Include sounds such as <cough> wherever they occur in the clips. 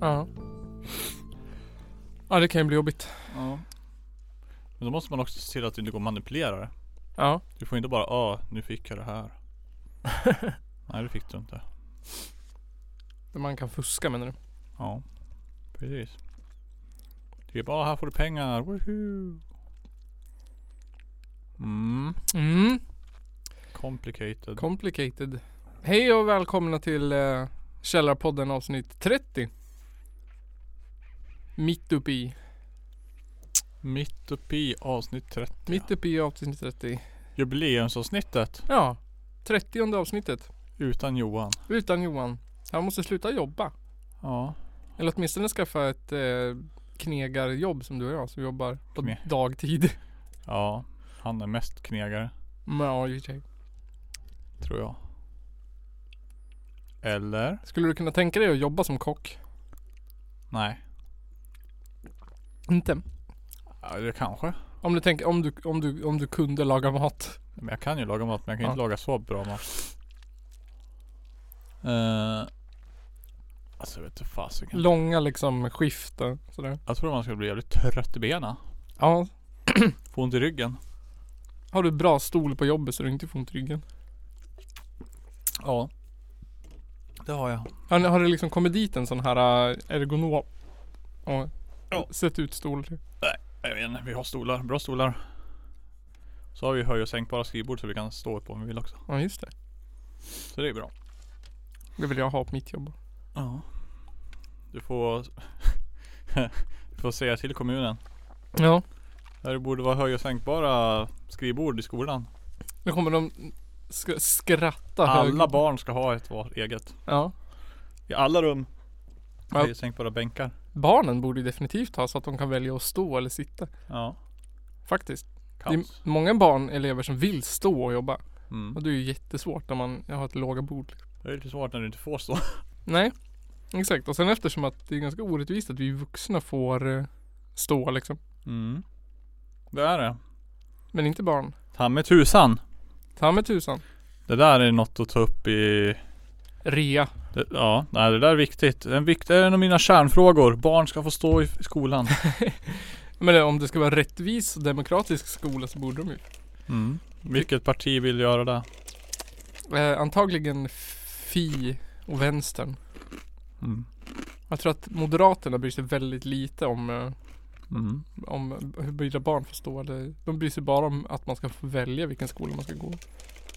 Ja. Ja det kan ju bli jobbigt. Ja. Men då måste man också se till att det inte går att manipulera det. Ja. Du får inte bara, ah, nu fick jag det här. Nej, det fick du inte. <laughs> Man kan fuska menar du? Ja, precis. Typ, ah, här får du pengar, woohoo. Mm, Mm. complicated. Complicated. Hej och välkomna till eh, Källarpodden avsnitt 30. Mitt uppe i. Mitt uppe i avsnitt 30. Mitt uppe i avsnitt 30. Jubileumsavsnittet Ja, 30 avsnittet. utan Johan. Utan Johan. Han måste sluta jobba. Ja, Eller åtminstone skaffa ett eh, knegarjobb som du och jag som jobbar på Kne- dagtid. ja. Han är mest knegare, Men Ja, i och för sig. tror jag. Eller? Skulle du kunna tänka dig att jobba som kock? Nej. Inte. Eller kanske. Om du, tänker, om, du, om, du, om du kunde laga mat. Men jag kan ju laga mat men jag kan Ja. inte laga så bra mat. Uh, alltså jag vet inte fasiken. Långa liksom skift och sådär. Jag tror man skulle bli jävligt trött i benen. Ja, Få ont i ryggen. Har du bra stol på jobbet så du inte får ont i ryggen? Ja. Det har jag. Har, ni- har det liksom kommit dit en sån här äh, ergonom och Ja. sett ut stol? Jag vet inte, vi har stolar. Bra stolar. Så har vi höj och sänkbara skrivbord så vi kan stå upp om vi vill också. Ja just det. Så det är bra. Det vill jag ha på mitt jobb. Ja. Du får... <laughs> du får säga till kommunen. Ja. Där det borde vara höj och sänkbara skrivbord i skolan. Nu kommer de sk- skratta Alla högt. barn ska ha ett var eget. Ja. I alla rum. Ja. Höj och sänkbara bänkar. Barnen borde ju definitivt ha så att de kan välja att stå eller sitta. Ja. Faktiskt. Det är Kaos. många barn, elever som vill stå och jobba. Mm. Och det är ju jättesvårt när man har ett låga bord. Det är lite svårt när du inte får stå. Nej. Exakt. Och sen eftersom att det är ganska orättvist att vi vuxna får eh, stå liksom. Mm. Det är det. Men inte barn. Ta med tusan. Ta med tusan. Det där är något att ta upp i... Rea. Det, ja, nej det där är viktigt. En vikt, det är en av mina kärnfrågor. Barn ska få stå i f- skolan. Men eh, om det ska vara rättvis och demokratisk skola så borde de ju. Mm. Vilket parti vill göra det? Eh, antagligen Fi och vänstern. Mm. Jag tror att Moderaterna bryr sig väldigt lite om, eh, Mm. om huruvida barn får stå eller De bryr sig bara om att man ska få välja vilken skola man ska gå.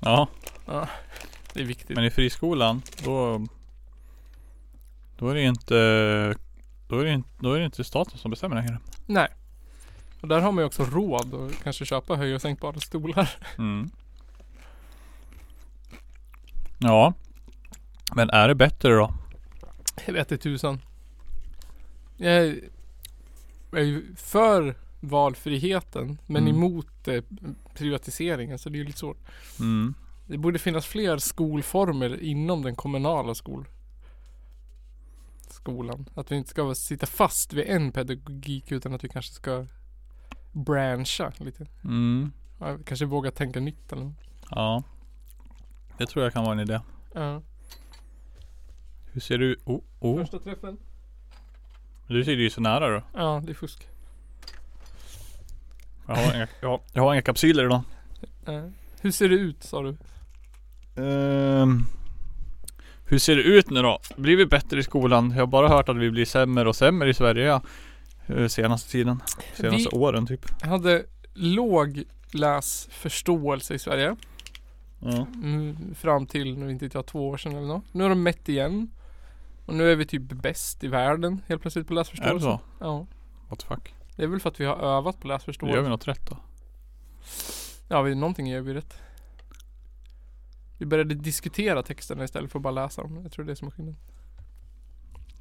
Ja, Det är viktigt. men i friskolan då... Då är det inte... Då är det inte, då är det inte staten som bestämmer längre. Nej. Och där har man ju också råd att kanske köpa höj och sänkbara stolar. Mm. Ja. Men är det bättre då? Jag vet inte tusan. Jag är- jag är ju för valfriheten men Mm. emot eh, privatiseringen så det är ju lite svårt. Mm. Det borde finnas fler skolformer inom den kommunala skol skolan. Att vi inte ska sitta fast vid en pedagogik utan att vi kanske ska branscha lite. Mm. Ja, Kanske våga tänka nytt eller något. Ja. Det tror jag kan vara en idé. Ja. Hur ser du? Oh, oh. Första träffen? Du ser ju så nära då. Ja, det är fusk. Jag har inga, jag har, jag har inga kapsyler idag. Ja. Hur ser det ut sa du? Ehm. hur ser det ut nu då? Blir vi bättre i skolan? Jag har bara hört att vi blir sämre och sämre i Sverige ja. Eh, senaste tiden. Senaste Vi- åren typ. Jag hade låg läsförståelse i Sverige. Ja. Mm, fram till, nu inte vet jag, två år sedan eller något. Nu har de mätt igen. Och nu är vi typ bäst i världen helt plötsligt på läsförståelse. Är det så? Ja. What the fuck? Det är väl för att vi har övat på Då gör läsförståelse. vi något rätt då. Ja, vi, någonting gör vi rätt. Vi började diskutera texterna istället för att bara läsa dem. Jag tror det är som är skillnaden.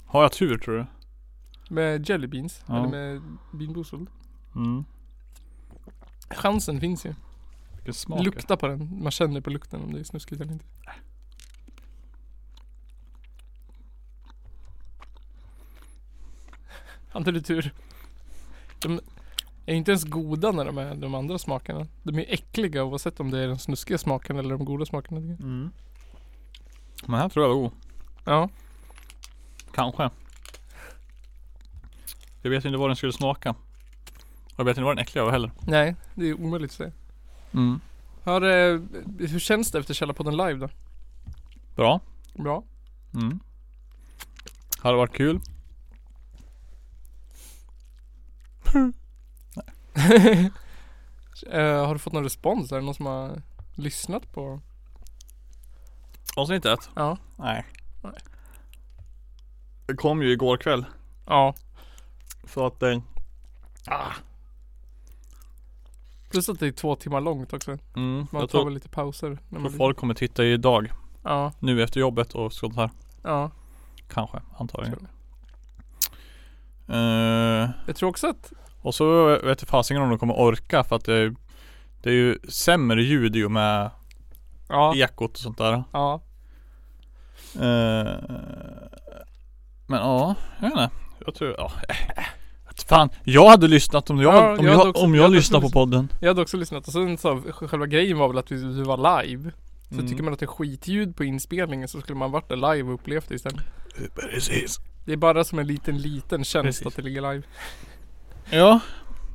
Har jag tur tror du? Med Jelly Beans, Ja. eller med Bean Boozled. Mm. Chansen finns ju. Vilken smak. Lukta på den. Man känner på lukten om det är snuskigt eller inte. Hade du tur? De, Är inte ens goda när de är de andra smakerna. De är äckliga oavsett om det är den snuskiga smaken eller de goda smakerna. tycker jag. Mm. Men här tror jag var god. Ja. Kanske. Jag vet inte vad den skulle smaka. Och Jag vet inte vad den äckliga var heller. Nej, det är omöjligt att säga. Mm. Hör, eh, hur känns det efter Källarpodden live då? Bra. Bra. Mm. Hade varit kul. <laughs> eh, har du fått någon respons? Är det någon som har lyssnat på? Avsnitt ett? Ja. Nej. Nej. Det kom ju igår kväll. Ja. Så att Mm. eh, Ah. Plus att det är två timmar långt också. mm, Man jag tar tror, väl lite pauser. När man tror folk kommer titta idag. Ja. Nu efter jobbet och sånt här. Ja. Kanske, antagligen. Tror Eh, Jag tror också att och så vet jag fasingen om de kommer orka för att det, det är ju sämre ljud ju med Ja. ekot och sånt där. Ja. Eh, men ja, jag vet inte. Jag tror, ja. eh, Fan, jag hade lyssnat om jag, Ja, om jag jag, hade också- om jag jag, hade också lyssnade på lyssnat. podden. Jag hade också lyssnat och sen så själva grejen var väl att vi vi var live. Så Mm. tycker man att det är skitljud på inspelningen så skulle man varit där live och upplevt det istället. Precis. Det är bara som en liten liten tjänst Precis. att det ligger live. Ja,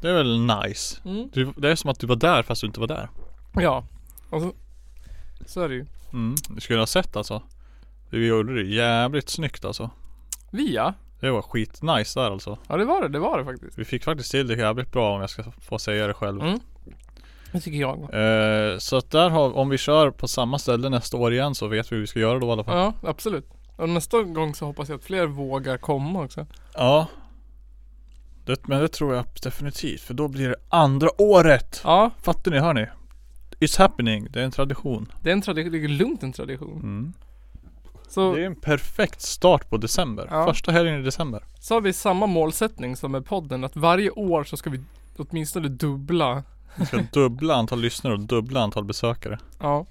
det är väl nice. Mm. Du, det är som att du var där fast du inte var där. Ja. Och så, så är det ju. Mm, du skulle ha sett alltså. Vi gjorde det jävligt snyggt alltså. Via? Det var skitnice där alltså. Ja det var det, det var det faktiskt. Vi fick faktiskt till det jävligt bra om jag ska få säga det själv. Mm. Det tycker jag. med. Eh, så att där har, om vi kör på samma ställe nästa år igen så vet vi hur vi ska göra då i alla fall. Ja, absolut. Och nästa gång så hoppas jag att fler vågar komma också. Ja. Det, men det tror jag definitivt för då blir det andra året. Ja, Fattar ni? Hör ni? It's happening. Det är en tradition. det är en tradition, det är lugnt en tradition. Mm. Det Så, är en perfekt start på december. Ja. Första helgen i december. så har vi samma målsättning som med podden att varje år så ska vi åtminstone dubbla Vi <laughs> ska dubbla antal lyssnare och dubbla antal besökare. Ja.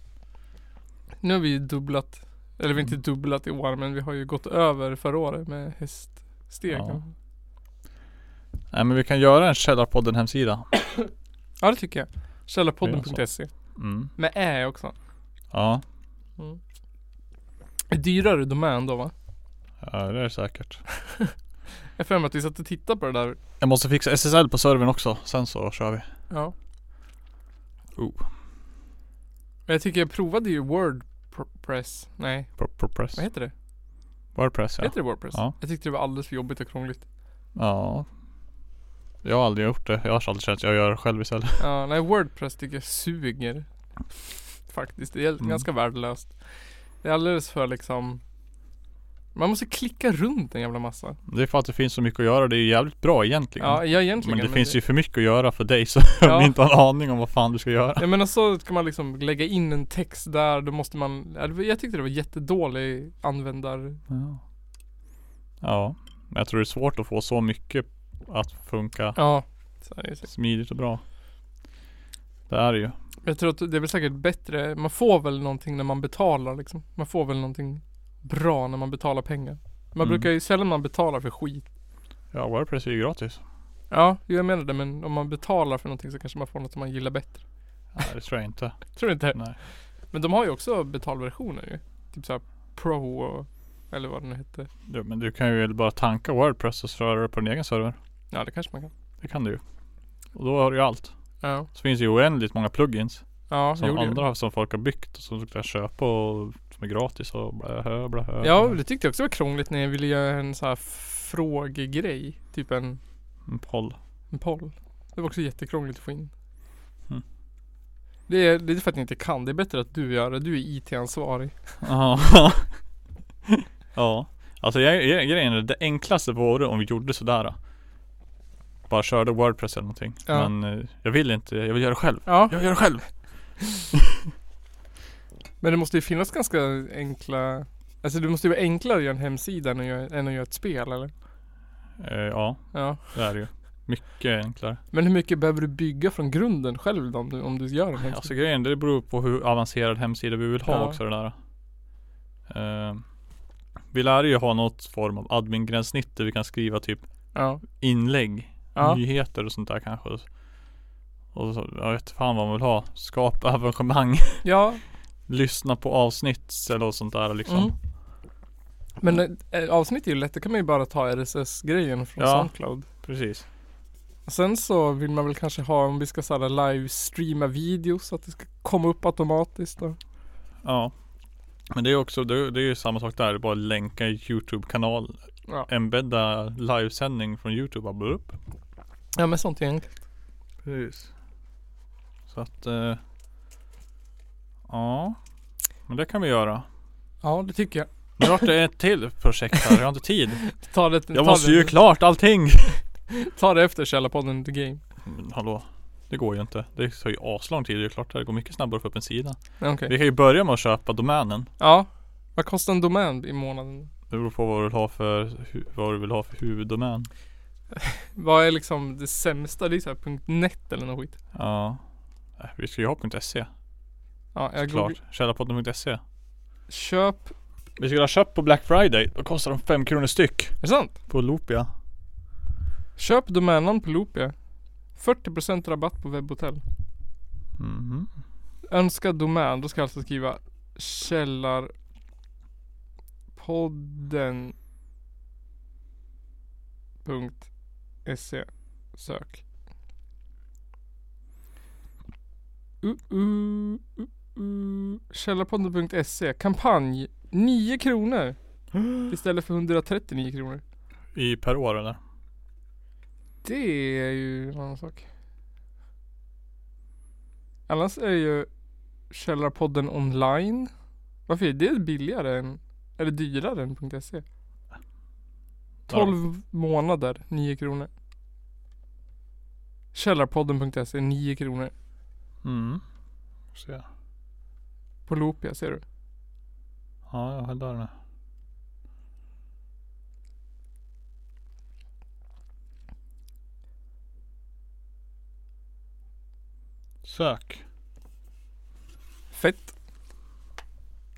Nu har vi ju dubblat, eller vi har Mm. inte dubblat i år men vi har ju gått över förra året med häststeg. Ja. Ja, Nej men vi kan göra en Källarpodden hemsida. ja det tycker jag. Källarpodden.se Mm. Med ä också. Mm. Ja. Dyrare domän då va? ja, det är säkert. Jag har för mig att vi satt och tittade på det där. Jag måste fixa SSL på servern också. Sen så kör vi. Ja. Oh. Men jag tycker jag provade ju Wordpress. Nej, Pro- pro- press. vad heter det? Wordpress ja. Heter det Wordpress? Ja. Jag tyckte det var alldeles för jobbigt och krångligt. Ja. Jag har aldrig gjort det. Jag har alltid känt att jag gör det själv istället. Ja, nej Wordpress tycker jag suger. Faktiskt, det är Mm. ganska värdelöst. Det är alldeles för liksom Man måste klicka runt en jävla massa. Det är för att det finns så mycket att göra. Det är ju jävligt bra egentligen. Ja, ja egentligen. men det finns ju för mycket att göra för dig <laughs> som Ja. inte har en aning om vad fan du ska göra. <laughs> Jag menar så ska man liksom lägga in en text där, då måste man ja, det var- Jag tyckte det var jättedålig användar Ja. ja. Men jag tror det är svårt att få så mycket att funka Ja, så är det ju. smidigt och bra. Det är det ju. Jag tror att det är väl säkert bättre, man får väl någonting när man betalar liksom. Man får väl någonting bra när man betalar pengar. Man Mm. brukar ju sällan man betalar för skit. Ja, Wordpress är ju gratis. Ja, jo, jag menar det men om man betalar för någonting så kanske man får något som man gillar bättre. Nej, det tror jag <laughs> inte. Tror du inte? Nej. Men de har ju också betalversioner ju. Typ såhär Pro och, eller vad det nu hette. Du, men du kan ju bara tanka Wordpress och köra det på din egen server. Ja det kanske man kan. Det kan du ju. Och då har du ju allt. Ja. Så finns det ju oändligt många plugins. Ja, Som jo, det gör andra som folk har byggt och som du kan köpa och som är gratis och blahö blahö. det. Ja, det tyckte jag också var krångligt när jag ville göra en så här frågegrej. Typ en, Mm, Poll. en poll. Det var också jättekrångligt att få in. Mm. Det, är, det är för att ni inte kan. Det är bättre att du gör det. Du är IT-ansvarig. <laughs> Ja. ja. Alltså jag, jag, grejen är det enklaste vore om vi gjorde sådär. Bara körde Wordpress eller någonting. Ja. Men eh, jag vill inte, jag vill göra det själv. Ja, Jag gör det själv. men det måste ju finnas ganska enkla Alltså det måste ju vara enklare att göra en hemsida än att göra, än att göra ett spel eller? Eh, ja, Ja. det är det ju. Mycket enklare. Men hur mycket behöver du bygga från grunden själv då, om du, om du gör en hemsida? Alltså grejen, det beror på hur avancerad hemsida vi vill ha Ja. också det där. Eh, vi lär ju ha något form av admin-gränssnitt där vi kan skriva typ Ja, inlägg Ja. nyheter och sånt där kanske. Och så, jag vet fan vad man vill ha. Skapa <laughs> evenemang. Ja, Lyssna på avsnitt eller sånt där liksom. Mm. men eh, avsnitt är ju lätt. Det kan man ju bara ta RSS-grejen från Ja. Soundcloud. Precis. Sen så vill man väl kanske ha om vi ska såhär livestreama videos så att det ska komma upp automatiskt. Då. Ja. Men det är också, det, det är ju samma sak där. Det är bara att länka YouTube-kanal. Ja. Embedda livesändning från YouTube. Bara blå upp. ja men sånt är enkelt. Precis. Så att, eh, ja. Men det kan vi göra. Ja det tycker jag. Nu vart det ett till projekt här, jag har inte <laughs> tid. Ta det, Jag ta måste det, ju klart allting! ta det efter Källarpodden The Game. Men hallå, det går ju inte. Det tar ju aslång tid, det är klart det går mycket snabbare att få upp en sida. Okej. Vi kan ju börja med att köpa domänen. Ja. Vad kostar en domän i månaden? Det beror på vad du vill ha för, hu- vad du vill ha för huvuddomän. Vad är liksom det sämsta? Det är såhär .net eller något skit. Ja. Äh, Vi ska ju ha .se, Ja, jag googlar. klart. Källarpodden.se. Köp. E. Vi skulle ha köpt på Black Friday, då kostar de 5 kronor styck. Är det sant? På Loopia. Köp domännamn på Loopia. 40% rabatt på webbhotell. Mhm. Önskad domän, då ska jag alltså skriva källarpodden. Punkt SE. Sök. Uh, uh, uh, uh. Källarpodden.se. Kampanj. 9 <gasps> kronor. Istället för 139 kronor. I per år eller? Det är ju en annan sak. Annars är det ju Källarpodden online. Varför är det billigare än, eller dyrare än E? .se? 12 månader, 9 kronor. Källarpodden.se, 9 E, kronor. Ja. Mm. Se. Ja, På Loopia, ser du? jag har där den. Sök. Fett.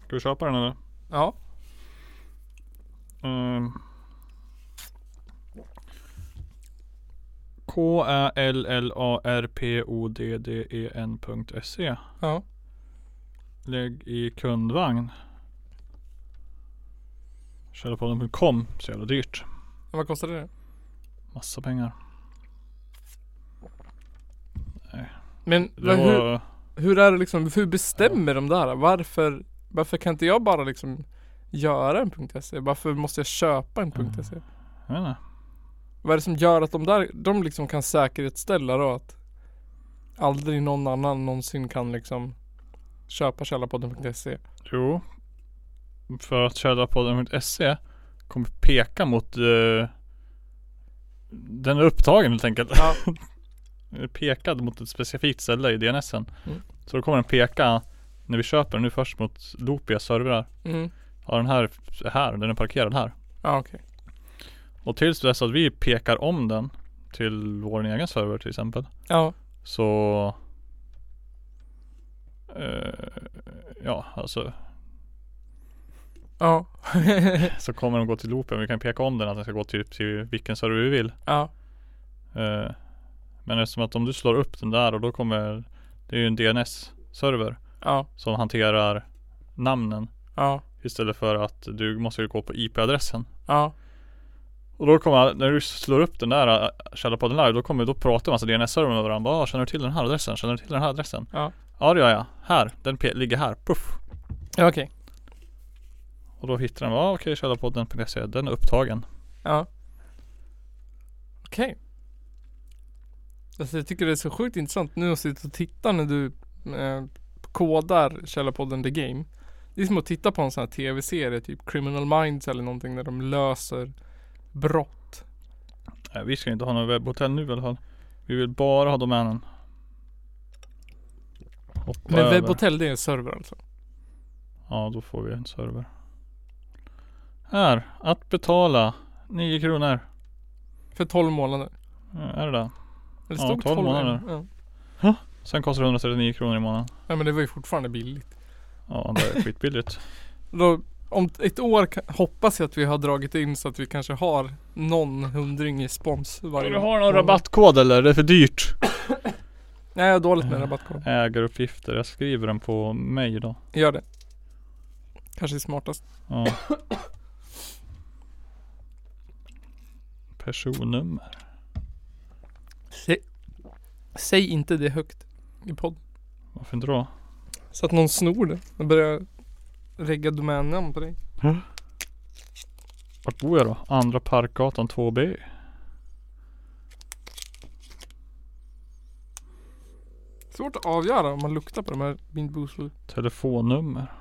Ska vi köpa den eller? Ja. Um. k ä l l a r p o d d e n.se Ja. Lägg i kundvagn. Källarpodden.com. Så jävla dyrt. Men Vad kostar det? Massa pengar. Men Det vad, hur, var, hur är det liksom, hur bestämmer de där? Varför, varför kan inte jag bara liksom göra en .se? Varför måste jag köpa en Mm. E? .se? jag vet inte. Vad är det som gör att de där, de liksom kan säkerhetsställa då att aldrig någon annan någonsin kan liksom köpa källarpodden.se? Jo. För att källarpodden.se kommer peka mot eh, den är upptagen helt enkelt. Ja. Den är Pekad mot ett specifikt ställe i DNSen. Mm. Så då kommer den peka när vi köper den nu först mot Loopia servrar. Mm. Ja den här är här, den är parkerad här. Ja okej. Och tills dess att vi pekar om den till vår egen server till exempel. Ja. Så eh, Ja alltså Ja. Så kommer de gå till loopen. Vi kan peka om den att den ska gå till, till vilken server vi vill. ja. Eh, men eftersom att om du slår upp den där och då kommer Det är ju en DNS-server Ja. som hanterar namnen Ja. Istället för att du måste ju gå på IP-adressen. Ja. Och då kommer, när du slår upp den där eh, källarpodden live, då kommer då alltså prata en massa DNS-server med varandra. Bara, "Ah, känner du till den här adressen? Känner du till den här adressen? Ja. Ja det gör jag. Här, den pe- ligger här. Puff. Ja okej. Och då hittar den, ja okej källarpodden.se, den är upptagen. Ja. Okej. Alltså jag tycker det är så sjukt intressant nu att sitta och titta när du eh, kodar Källarpodden The Game. Det är som att titta på en sån här tv-serie, typ Criminal Minds eller någonting där de löser brott. Nej, vi ska inte ha någon webbhotell nu i alla fall. Vi vill bara ha domänen. Hoppa Men över. webbhotell det är en server alltså? Ja, då får vi en server. Här, att betala 9 kronor. För 12 månader? Ja, Är det det? Eller Ja, stod 12 månader. Ja. Sen kostar det 139 kronor i månaden. ja men det var ju fortfarande billigt. <laughs> Ja, det är skitbilligt. Då Om ett år ka- hoppas jag att vi har dragit in så att vi kanske har någon hundring i spons varje Du gång. har någon rabattkod eller? Det är för dyrt. Nej jag har dåligt med rabattkod. Ägaruppgifter. Jag skriver den på mig då. Gör det. Kanske är smartast. Ja. Personnummer. Säg, säg inte det högt i podden. Varför inte då? Så att någon snor det och börjar regga domännamn på dig. Vart bor jag då? Andra Parkgatan 2B. Svårt att avgöra om man luktar på de här Mint Boozled. Telefonnummer.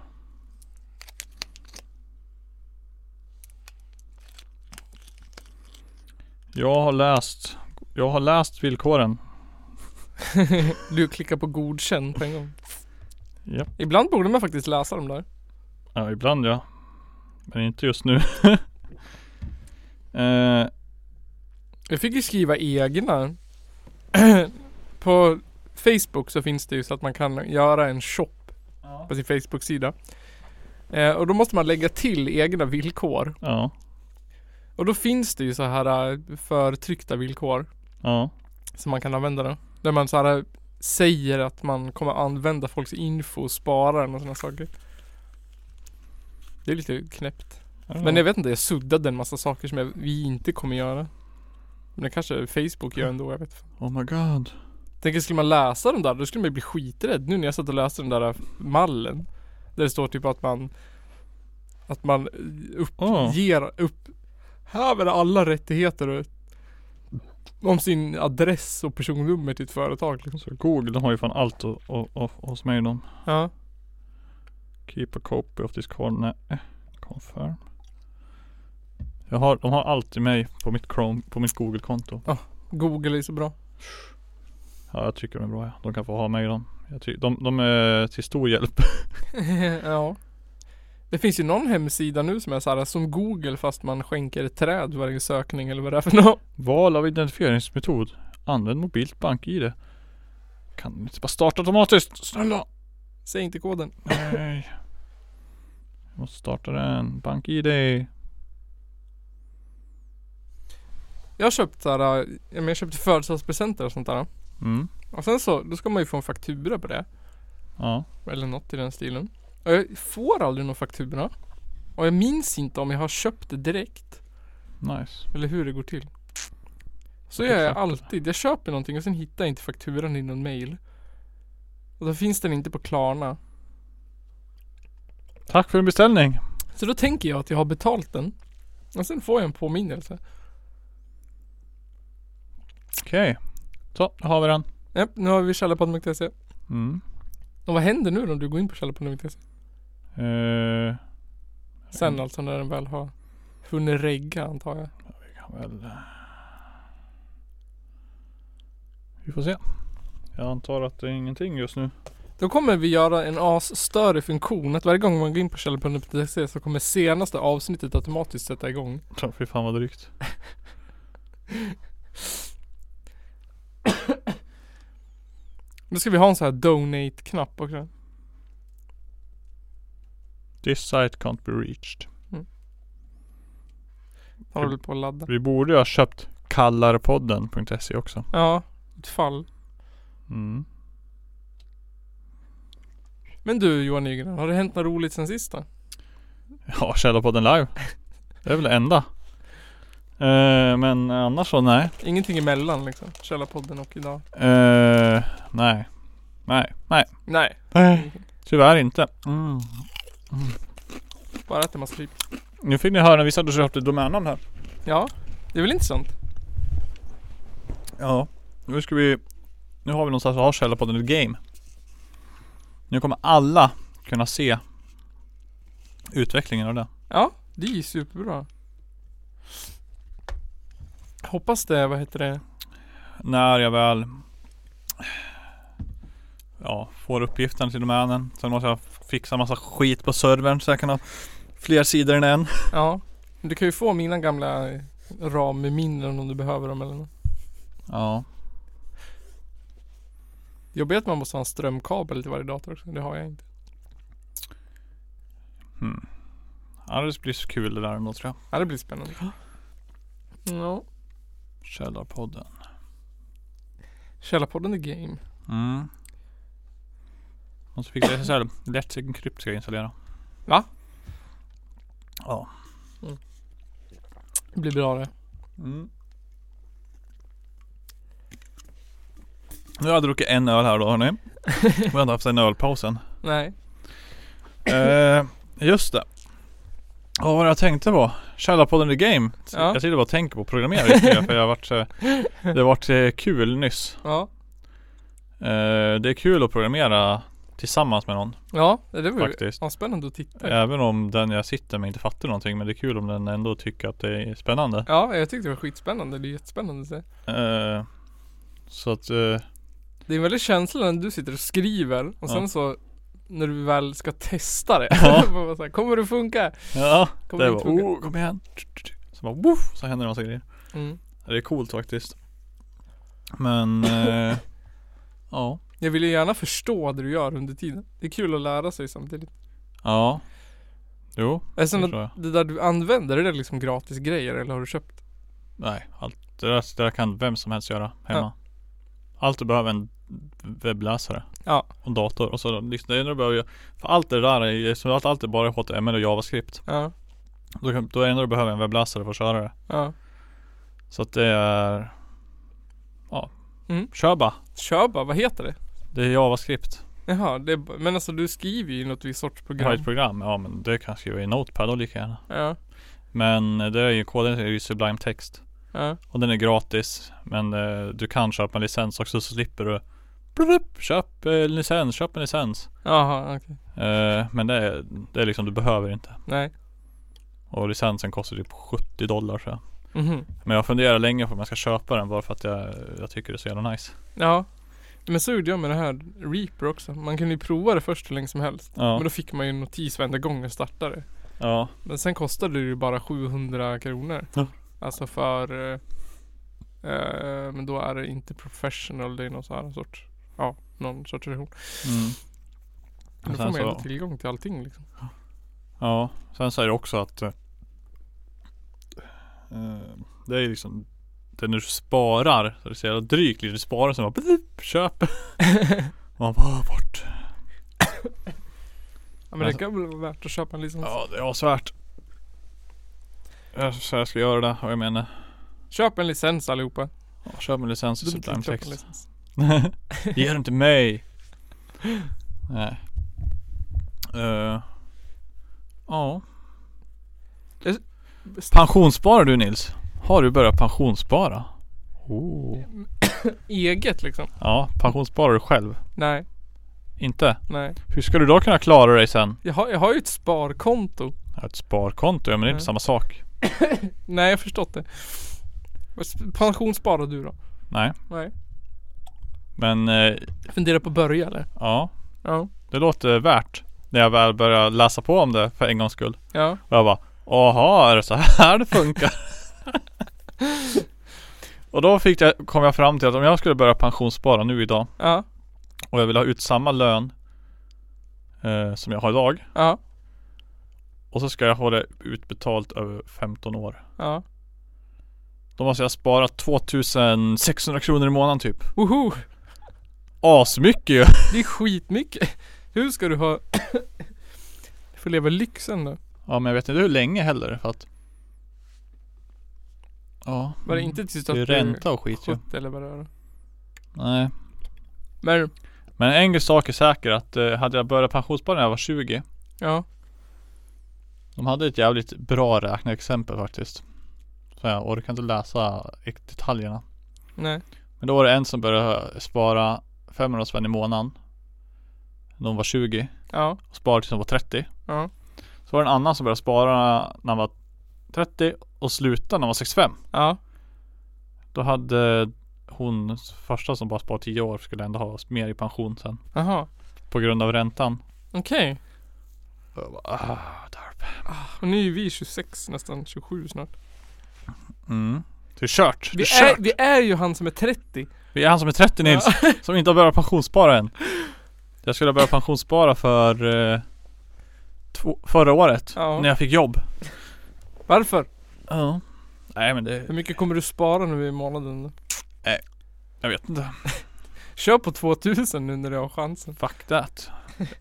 Jag har läst. Jag har läst villkoren. Du klickar på godkänn på en gång. Japp. Ibland borde man faktiskt läsa de där. Ja, ibland ja. Men inte just nu. <laughs> eh, Jag fick ju skriva egna. <clears throat> på Facebook så finns det ju så att man kan göra en shop på sin Facebook-sida. Eh, och då måste man lägga till egna villkor. ja. Och då finns det ju så här eh, förtryckta villkor Ja. som man kan använda då. Där man så här eh, säger att man kommer använda folks info och spara den och sådana saker. Det är lite knäppt. ja. Men jag vet inte, jag suddade en massa saker som jag, vi inte kommer göra. Men det kanske Facebook gör ändå, jag vet inte. Oh my god. Tänk skulle man läsa den där, då skulle man ju bli skiträdd. Nu när jag satt och läste den där äh, mallen. Där det står typ att man Att man äh, upp Oh. ger upp häver alla rättigheter och- om sin adress och personnummer till ett företag liksom. Så Google de har ju fan allt och, och, och, hos mig de. Ja. Keep a copy of this call. Nej. eh, Confirm. Jag har, de har allt i mig på mitt Chrome, på mitt Google-konto. Google är så bra. Ja jag tycker de är bra ja. De kan få ha mig de. Jag ty- de, de är till stor hjälp. <laughs> <laughs> ja. Det finns ju någon hemsida nu som är så här som Google fast man skänker ett träd varje sökning eller vad det är för något. Val av identifieringsmetod. Använd mobilt bank-id. Kan de inte bara starta automatiskt? Snälla! Säg inte koden. Nej. Jag måste starta den. Bank-id. Jag har köpt så här, äh, ja, men jag köpte födelsedagspresenter och sånt där. Mm. Och sen så, då ska man ju få en faktura på det. Ja. Eller något i den stilen. Och jag får aldrig någon faktura. Och jag minns inte om jag har köpt det direkt. Nice. Eller hur det går till. Så Vilket gör jag köp alltid. Jag köper någonting och sen hittar jag inte fakturan i någon mail. Och då finns den inte på Klarna. Tack för din beställning. Så då tänker jag att jag har betalt den. Och sen får jag en påminnelse. Okej. Så, nu har vi den. Japp, nu har vi källarpodden.se. Mm. Och vad händer nu då om du går in på källarpodden.se? Eh, Sen alltså när den väl har hunnit regga antar jag. vi kan väl... eh, Vi får se. Jag antar att det är ingenting just nu. <laughs> Då kommer vi göra en asstörre funktion att varje gång man går in på källarpodden.se så kommer senaste avsnittet automatiskt sätta igång. <coughs> Ja, Fy fan vad drygt. Nu ska vi ha en sån här donate-knapp också. This site can't be reached. Han håller på att ladda. Vi borde ju ha köpt kallarpodden.se också. Ja, ett fall. Mm. <laughs> Men du Johan Nygren, har det hänt något roligt sen sist då? Ja, Källarpodden live. Det är väl det enda. Eh, men annars så nej. Ingenting emellan liksom? Källarpodden och idag? Eh, nej. Nej. Nej. Nej, Nej. Tyvärr inte. Mm. bara att det är massa pip. Nu fick ni höra när vi satt och köpte domännamn här. Ja, det är väl intressant? Ja. Nu ska vi... Nu har vi någonstans att ha Källarpodden i ett game. Nu kommer alla kunna se utvecklingen av det. Ja, det är ju superbra. Hoppas det, vad heter det? När jag väl ja, får uppgiften till domänen. Sen måste jag fixa massa skit på servern så jag kan ha fler sidor än en. Ja, men du kan ju få mina gamla ram med mindre om du behöver dem eller något. Ja. Jobbigt att man måste ha en strömkabel till varje dator också. Det har jag inte. Hmm. Ja det blir så kul det där ändå tror jag. Ja, det blir spännande. Ja. Källarpodden. Källarpodden The Game. Mm. Och så fick jag SSL. Lätt Encrypt ska jag installera. Va? Ja. Det blir bra det. Mm. Nu har jag druckit en öl här då <laughs> hörni. Vi har inte haft en ölpaus än. Nej. Eh, just det. Ja, vad var det jag tänkte på? Källarpodden The Game. Ja. Jag sitter bara och tänker på programmering just nu, för jag har varit, eh, det har varit eh, kul nyss. Ja. Eh, det är kul att programmera tillsammans med någon Ja, det var ju faktiskt. spännande att titta. Ja. Även om den jag sitter med inte fattar någonting. Men det är kul om den ändå tycker att det är spännande. jag tyckte det var skitspännande. Det är jättespännande att se. Eh, så att eh, Det är en väldig känsla när du sitter och skriver och sen Ja. så när du väl ska testa det. Ja. Man <laughs> bara så här, Kommer det funka? ja, Kommer det det var funka? oh, kom igen. Så bara woof, så händer det en massa grejer. Mm. Det är coolt faktiskt. Men eh, ja. Jag vill ju gärna förstå det du gör under tiden. Det är kul att lära sig samtidigt. Ja. Jo. Är sen Det att tror jag. det där du använder, är det liksom gratis grejer eller har du köpt? Nej, allt det där, det där kan vem som helst göra hemma. Allt du behöver är en webbläsare Ja. och en dator. Och så liksom, det enda du behöver göra- För allt det där är som allt, allt är bara HTML och JavaScript. Ja. Då, kan- då är det enda du behöver en webbläsare för att köra det. Ja. Så att det är Ja. Mm. Kör bara. Kör bara, vad heter det? Det är JavaScript. Jaha, det är, b- men alltså du skriver ju i något visst sorts Jag har program. ett program. Ja men det kan jag skriva i Notepad och lika gärna. Ja. Men det är ju koden är ju Sublime Text. Ja. Och den är gratis. Men eh, du kan köpa en licens också så slipper du Blup, köp eh, licens, köp en licens. Jaha, okej. Eh, men det är, det är liksom, du behöver inte. Nej. Och licensen kostar typ 70 dollar så. Mhm. Men jag funderar länge på om jag ska köpa den bara för att jag, jag tycker det är så jävla nice. Ja. Men så gjorde jag med det här Reaper också. Man kunde ju prova det först hur länge som helst. Ja, Men då fick man ju en notis varenda gång jag startade. ja, Men sen kostade det ju bara 700 kronor. Ja. Alltså för... eh, eh, men då är det inte professional, det är någon sån här sorts... Ja, någon sorts version. mm. Men Då Och får sen man ju ändå så, tillgång till allting liksom. ja, sen så är det också att eh, eh, det är liksom det när du sparar, så det är så jävla drygt. liksom, Du sparar så bara <laughs> blup, köp. Man bara bort. Ja men det kan väl vara värt att köpa en licens. Ja, det är asvärt. Jag, så jag ska göra det, och jag menar. Köp en licens allihopa. Ja, köp en licens i Dumt att Sublime köpa en Text. licens. <laughs> Ge den till mig. Nej. Eh, Ja. Pensionsspara du Nils? Har du börjat pensionsspara? Oh. <coughs> Eget liksom. Ja, pensionssparar du själv? Nej, Inte? nej. Hur ska du då kunna klara dig sen? Jag har, jag har ju ett sparkonto. Jag har Ett sparkonto, ja men det är inte Mm. samma sak. Nej jag har förstått det. Vad s- Pension sparar du då? Nej. Nej. Men eh, Funderar på att börja eller? ja, Ja. det låter värt. När jag väl börjar läsa på om det för en gångs skull. Ja. Och jag bara Jaha, är det så här det funkar? <laughs> och då fick jag, kom jag fram till att om jag skulle börja pensionsspara nu idag Ja. och jag vill ha ut samma lön eh, som jag har idag Ja. och så ska jag ha det utbetalt över 15 år. Ja. Då måste jag spara 2600 kronor i månaden typ. Woho! Asmycket ju! Det är skitmycket. Hur ska du ha... <coughs> du får leva lyxen då. Ja men jag vet inte hur länge heller för att Ja, Var det inte tills Mm. det är ju att du är ränta och skit ju. 70 eller vad det är då? Nej. Men, Men en sak är säker att eh, hade jag börjat pensionsspara när jag var 20 ja. De hade ett jävligt bra räkneexempel faktiskt. Så jag orkar inte läsa i detaljerna. Nej. Men då var det en som började spara 500 spänn i månaden. När hon var 20 Ja. och sparade tills hon var 30. Ja. Så var det en annan som började spara när han var 30 och slutade när han var 65. Ja. Då hade hon första som bara sparade 10 år skulle ändå ha mer i pension sen. Jaha. På grund av räntan. Okej. Och jag bara, ah, darp. Och nu är vi 26 nästan, 27 snart. Mm. Det är kört. Vi det är, är, kört. vi är ju han som är 30. Vi är han som är 30 Nils. <laughs> Som inte har börjat pensionsspara än. Jag skulle börja pensionsspara för eh, två, förra året. Ja. När jag fick jobb. Varför? Ja. Nej men det, Hur mycket kommer du spara nu i månaden? jag vet inte. Kör på 2000 nu när du har chansen. Fuck <laughs> that.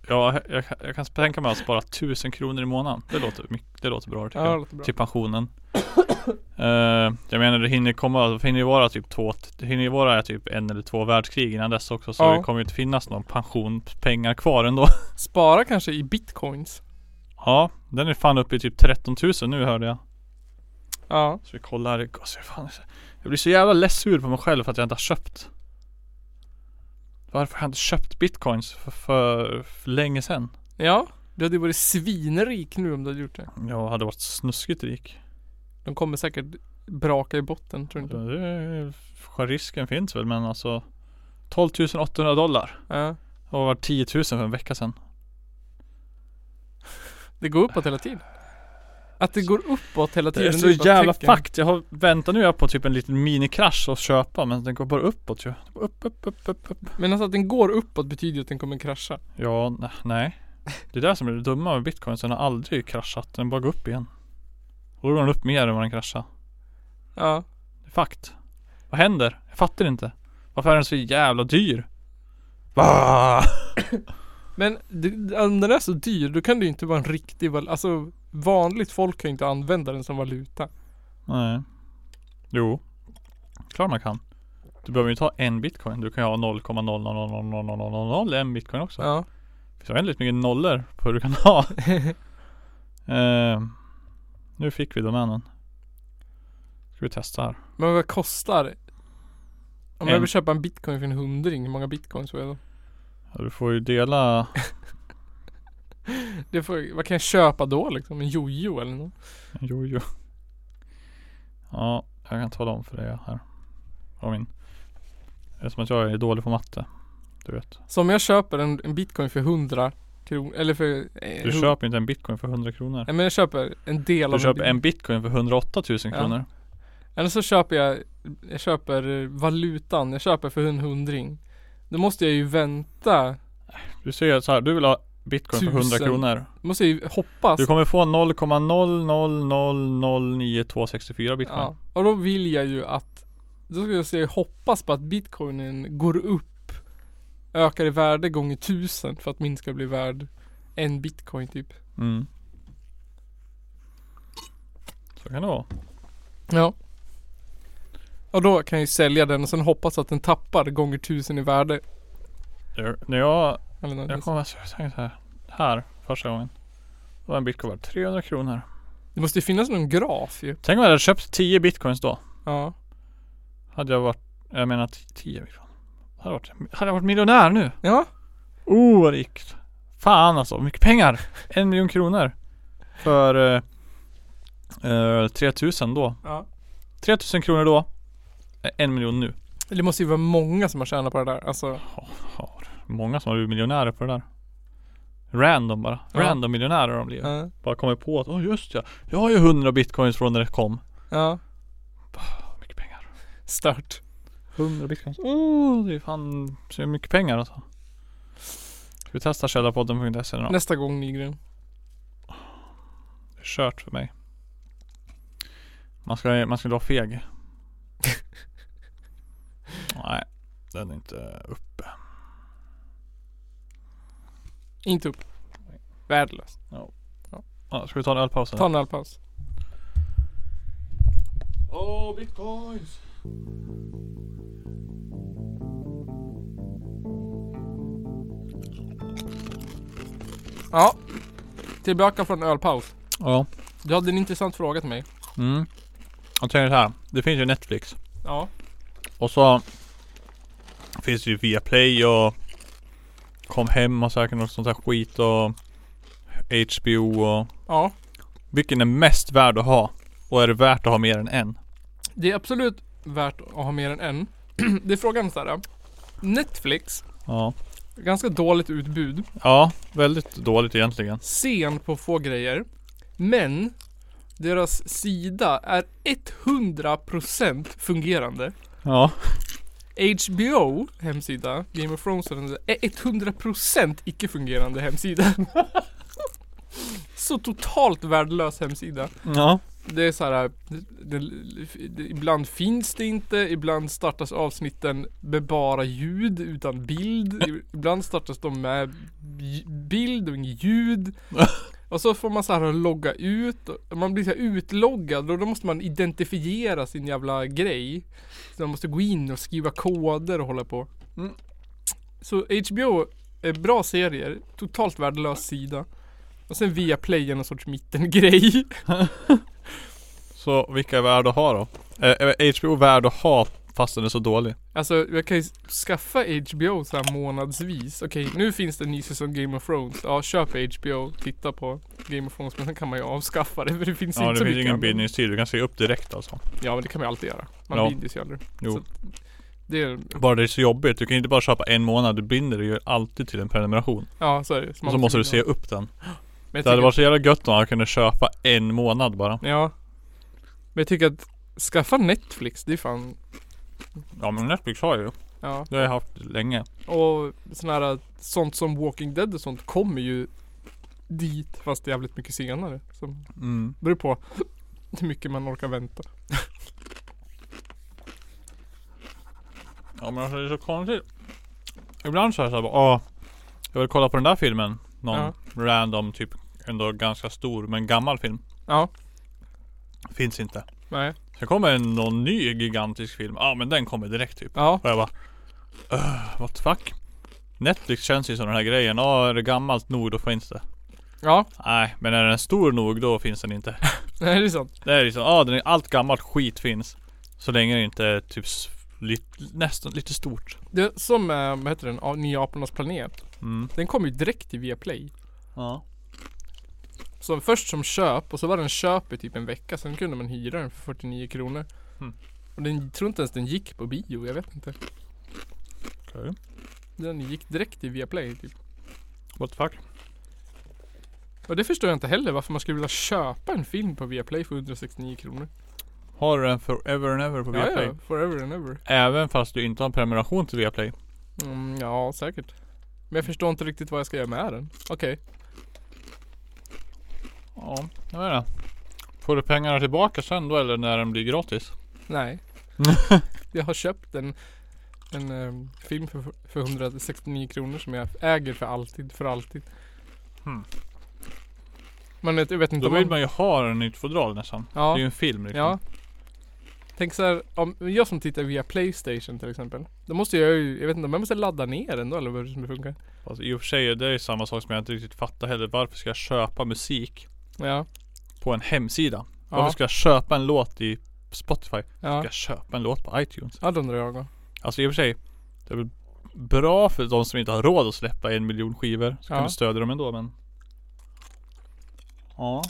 Jag, jag, jag kan tänka mig att spara 1000 kronor i månaden. Det låter, mycket, det låter bra tycker Ja, det jag. låter bra. Till pensionen. Eh, jag menar det hinner komma, det hinner ju vara typ två, det hinner ju vara typ en eller två världskrig innan dess också. Så Ja. det kommer ju inte finnas någon pensionspengar kvar ändå. Spara kanske i bitcoins. Ja, den är fan uppe i typ 13 000 nu hörde jag. Ja. Så vi kollar, alltså, fan, jag blir så jävla less sur på mig själv för att jag inte har köpt. Varför har jag inte köpt bitcoins för, för, för länge sedan? Ja. Du hade ju varit svinrik nu om du hade gjort det. Jag hade varit snuskigt rik. De kommer säkert braka i botten tror du inte? Det är- för Risken finns väl men alltså 12 800 dollar. Ja. Det var 10 000 för en vecka sedan. Det går uppåt hela tiden. Att det går uppåt hela Det tiden. är så är bara jävla tecken. fucked. Jag har, väntar nu jag på typ en liten minikrasch att köpa men den går bara uppåt ju. Upp, upp, upp, upp, upp. Men alltså att den går uppåt betyder ju att den kommer krascha. Ja, ne- nej. Det är det som är det dumma med bitcoin. Den har aldrig kraschat. Den bara går upp igen. Och då går den upp mer än vad den kraschar. Ja. Det är fucked. Vad händer? Jag fattar inte. Varför är den så jävla dyr? Va? Men det, om den är så dyr då kan det ju inte vara en riktig valuta. Alltså vanligt folk kan ju inte använda den som valuta. Nej. Jo. Klart man kan. Du behöver ju inte ha en bitcoin. Du kan ju ha 0,0000001 bitcoin också. Ja. Det finns oändligt mycket nollor på hur du kan ha. Ehm, nu fick vi domänen. Ska vi testa här. Men vad kostar Om jag En. vill köpa en bitcoin för en hundring, hur många bitcoins får jag då? Ja, Du får <laughs> ju dela. Det får, vad kan jag köpa då liksom? En jojo eller något? Jo, jo. Ja, jag kan tala om för dig här. Vad min. Eftersom att jag är dålig på matte. Du vet. Så om jag köper en, en bitcoin för 100 kronor, eller för... Eh, Du hu- köper inte en bitcoin för 100 kronor. Nej men jag köper en del Du av köper en, en bitcoin för 108 000 kronor. Eller så köper jag, jag köper eh, valutan, jag köper för en hundring. Då måste jag ju vänta, Du säger så här, du vill ha bitcoin för 100 Tusen. kronor. då måste jag ju hoppas. Du kommer få 0,000092464 bitcoin. ja. Och då vill jag ju att, då ska jag säga hoppas på att bitcoinen går upp, ökar i värde gånger tusen för att min ska bli värd en bitcoin typ. Mm. Så kan det vara. Ja. Och då kan jag ju sälja den och sen hoppas att den tappar gånger tusen i värde. Jag, när jag, Eller något. jag kommer jag tänkte så här. Här första gången. Då var en bitcoin värd 300 kronor. Det måste ju finnas någon graf ju. Tänk om jag hade köpt 10 bitcoins då. Ja. Hade jag varit, jag menar 10 bitcoin. Hade, jag varit, hade jag varit miljonär nu. Ja. Oh vad rikt. Fan alltså, mycket pengar. En miljon kronor. För eh, eh, 3000 då. ja. 3000 kronor då. Eh, En miljon nu. Det måste ju vara många som har tjänat på det där. Alltså. Har många som har blivit miljonärer på det där. Random bara. Ja. Random miljonärer de blir. Ja. Bara kommer på att, åh just ja. Jag har ju 100 bitcoins från när det kom. ja. Mycket pengar. Stört. 100 bitcoins. Oh, det är fan så mycket pengar alltså. Ska vi testa källarpodden.se nu då? Nästa gång Nygren. Det är kört för mig. Man ska, man ska inte vara <laughs> feg. Nej, den är inte uppe. Inte upp. Värdelöst. Ja, ska vi ta en ölpaus? eller? Ta en ölpaus. Oh, bitcoins! Ja. Tillbaka från ölpaus. Ja. Du hade en intressant fråga till mig. Mm. Jag tänker så här. Det finns ju Netflix. Ja. Och så finns det ju Viaplay och Kom hem och säkert något sånt här skit och HBO och Ja. Vilken är mest värd att ha? Och är det värt att ha mer än en? Det är absolut värt att ha mer än en. <clears throat> det är frågan så här. Netflix. Ja. Ganska dåligt utbud. Ja, väldigt dåligt egentligen. Sen på att få grejer. Men. Deras sida är 100% fungerande. Ja. HBO hemsida, Game of Thrones är 100% icke fungerande hemsida. <laughs> så totalt värdelös hemsida. Ja. Det är så här, det, det, ibland finns det inte, ibland startas avsnitten med bara ljud utan bild. I- Ibland startas de med j- bild och inget ljud. Och så får man så här logga ut. Och man blir så här utloggad och då måste man identifiera sin jävla grej. Så man måste gå in och skriva koder och hålla på. Mm. Så HBO är bra serier, totalt värdelös sida. Och sen via play någon sorts mittengrej. Så vilka är värda att ha då? Eh, Är HBO värd att ha fast den är så dålig? Alltså jag kan ju skaffa HBO så här månadsvis. Okej, nu finns det en ny säsong Game of Thrones. Ja, köp HBO, titta på Game of Thrones. Men sen kan man ju avskaffa det för det finns Ja inte det så finns mycket. ingen annat. bindningstid, du kan se upp direkt alltså. Ja, men det kan man ju alltid göra. Man Ja. bindes ju aldrig. Jo. Så- Det är, Bara det är så jobbigt, du kan inte bara köpa en månad, du binder dig ju alltid till en prenumeration. ja, så är det. Och så måste du se upp den. Men jag Det hade tycker- varit så jävla gött om man kunde köpa en månad bara. Ja. Men jag tycker att skaffa Netflix, det är fan, Ja men Netflix har jag ju. ja. Det har jag haft länge. Och sån här, sånt som Walking Dead och sånt kommer ju dit fast jävligt mycket senare. Så Mm. beror på <laughs> hur mycket man orkar vänta. Ja men alltså det är så konstigt. Ibland så är jag såhär åh. Jag vill kolla på den där filmen. Någon Ja. random typ. Ändå ganska stor men gammal film. Ja, Finns inte. nej. Sen kommer en- någon ny gigantisk film. Ja ah, men den kommer direkt typ. Ja, Och jag bara "Ugh, what the fuck. Netflix känns ju som den här grejen. Ja är det gammalt nog då finns det. ja. <laughs> Nej men är den stor nog då finns den inte. Nej, det är sant. Det är liksom, ja den är, allt gammalt skit finns. Så länge det inte är typ s- lit, nästan lite stort. Det är som, eh, vad heter den? Ja, Nya apornas planet. Mm. Den kom ju direkt till Viaplay. Ja. Så först som köp och så var den köp i typ en vecka. Sen kunde man hyra den för 49 kronor. Mm. Och den tror inte ens den gick på bio. Jag vet inte. Okej. Den gick direkt till Viaplay typ. What the fuck. Och det förstår jag inte heller varför man skulle vilja köpa en film på Viaplay för 169 kronor. Har du den forever and ever på Ja, Viaplay? ja, forever and ever. Även fast du inte har en prenumeration till Viaplay? Mm, ja, säkert. Men jag förstår inte riktigt vad jag ska göra med den. Okej. Ja, jag vet inte. Får du pengarna tillbaka sen då eller när den blir gratis? <laughs> Nej. jag har köpt en, en ehm, film för, för 169 kronor som jag äger för alltid, för alltid. Hmm. Men jag, jag vet inte Då om vill man- man ju ha den i ett fodral nästan. Det är ju Ja, en film liksom. ja. Tänk så här, om jag som tittar via Playstation till exempel. Då måste jag ju, jag vet inte om jag måste ladda ner den då eller vad det är som funkar. Fast Alltså, I och för sig det är ju samma sak som jag inte riktigt fattar heller. Varför ska jag köpa musik Ja. på en hemsida? Varför Ja. ska jag köpa en låt i Spotify? Ska Ja. jag köpa en låt på iTunes? Ja, det undrar jag då. Alltså i och för sig. Det är väl bra för de som inte har råd att släppa en miljon skivor. Så Ja. kan du stödja dem ändå men. Ja.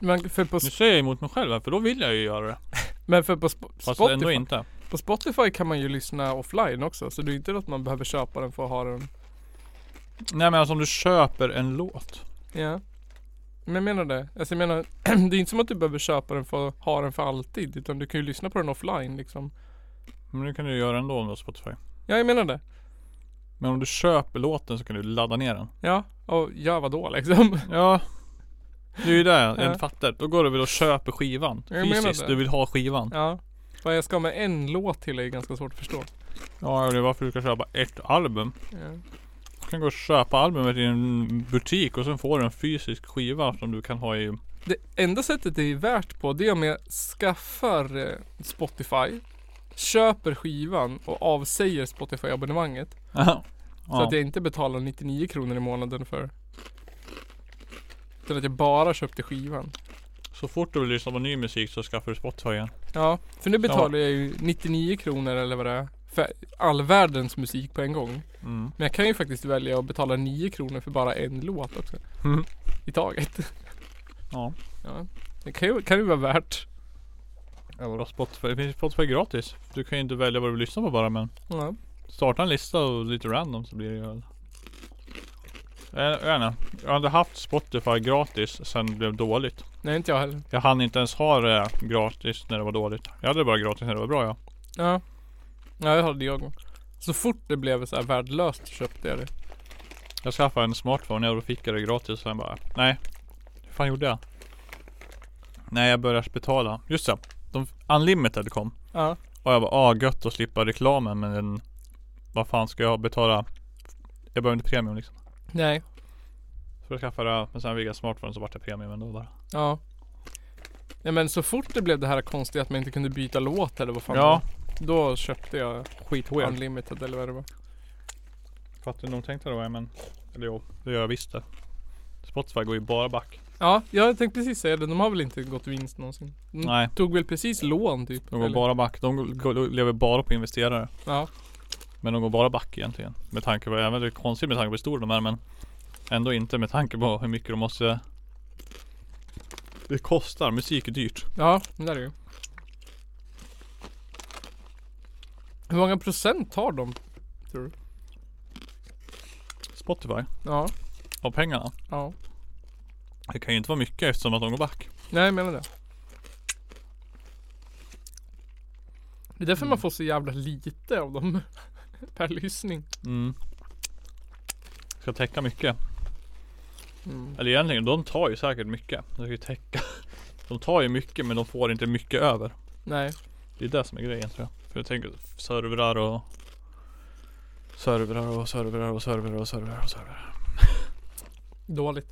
Men för på, Nu säger jag emot mig själv här, för då vill jag ju göra det. men för på Sp- Fast ändå Spotify, inte. på Spotify kan man ju lyssna offline också. Så det är inte att man behöver köpa den för att ha den Nej men alltså om du köper en låt. Ja. Men jag menar det. Alltså jag menar, <clears throat> det är inte som att du behöver köpa den för att ha den för alltid. Utan du kan ju lyssna på den offline liksom. Men det kan du göra ändå om du har Spotify. Ja, jag menar det. Men om du köper låten så kan du ladda ner den. Ja, och ja vadå <laughs> liksom? Ja. Det är ju det jag Ja. inte fattar. Då går du väl och köper skivan. Jag menar Fysiskt. det. Du vill ha skivan. Ja. Vad jag ska med en låt till är ganska svårt att förstå. Ja, det är varför du ska köpa ett album. Ja. Du kan gå och köpa albumet i en butik och sen får du en fysisk skiva som du kan ha i... <laughs> Det enda sättet det är värt på det är om jag skaffar eh, Spotify, köper skivan och avsäger Spotify-abonnemanget. Ja. Så att jag inte betalar 99 kronor i månaden för. Utan att jag bara köpte skivan. Så fort du vill lyssna på ny musik så skaffar du Spotify igen. Ja, för nu betalar jag ju 99 kronor eller vad det är för all världens musik på en gång. Mm. Men jag kan ju faktiskt välja att betala 9 kronor för bara en låt också. Mm. I taget. Ja. Ja. Det kan ju, kan ju vara värt. Ja, vadå Spotify? Det finns Spotify gratis. Du kan ju inte välja vad du vill lyssna på bara men Ja. Starta en lista och lite random så blir det ju... Eh, Jag vet inte. Jag hade haft Spotify gratis sen det blev dåligt. Nej, inte jag heller. Jag hann inte ens ha det gratis när det var dåligt. Jag hade det bara gratis när det var bra ja. Ja. Ja, jag hade jag. Så fort det blev så här värdelöst köpte jag det. Jag skaffade en smartphone och då fick jag det gratis sen bara Nej. fan gjorde jag? Nej jag började betala. Just det. De, Unlimited kom. Ja. Och jag bara, ah gött att slippa reklamen men den, vad fan ska jag betala? Jag behöver inte premium liksom. Nej. Så jag skaffade jag, men sen via smartphone så vart det premium ändå bara. Ja. Nej men så fort det blev det här konstiga att man inte kunde byta låt eller vad fan Ja. det var, Då köpte jag Skitweird. Unlimited eller vad det var. Fattar nog tänkte det var men, eller jo, det gör jag visst det. Spotify går ju bara back. Ja, jag tänkte precis säga det. De har väl inte gått vinst någonsin? De Nej. Tog väl precis lån typ? De Mm. går eller? bara back. De går- går- lever bara på investerare. Ja. Men Men de går bara back egentligen. Med tanke på, även det är konstigt med tanke på hur stora de är men Ändå inte med tanke på hur mycket de måste Det kostar, musik är dyrt. Ja, det där är ju. Hur många procent tar de? Tror du? Spotify, Ja. av pengarna. Ja. Det kan ju inte vara mycket eftersom att de går back. Nej, jag menar det. Det är därför Mm. man får så jävla lite av dem. <laughs> per lyssning. Mm. Ska täcka mycket. Mm. Eller egentligen, de tar ju säkert mycket. De ska ju täcka. <laughs> De tar ju mycket men de får inte mycket över. Nej. Det är det som är grejen tror jag. För jag tänker servrar och Servrar och servrar och servrar och servrar och servrar. Dåligt.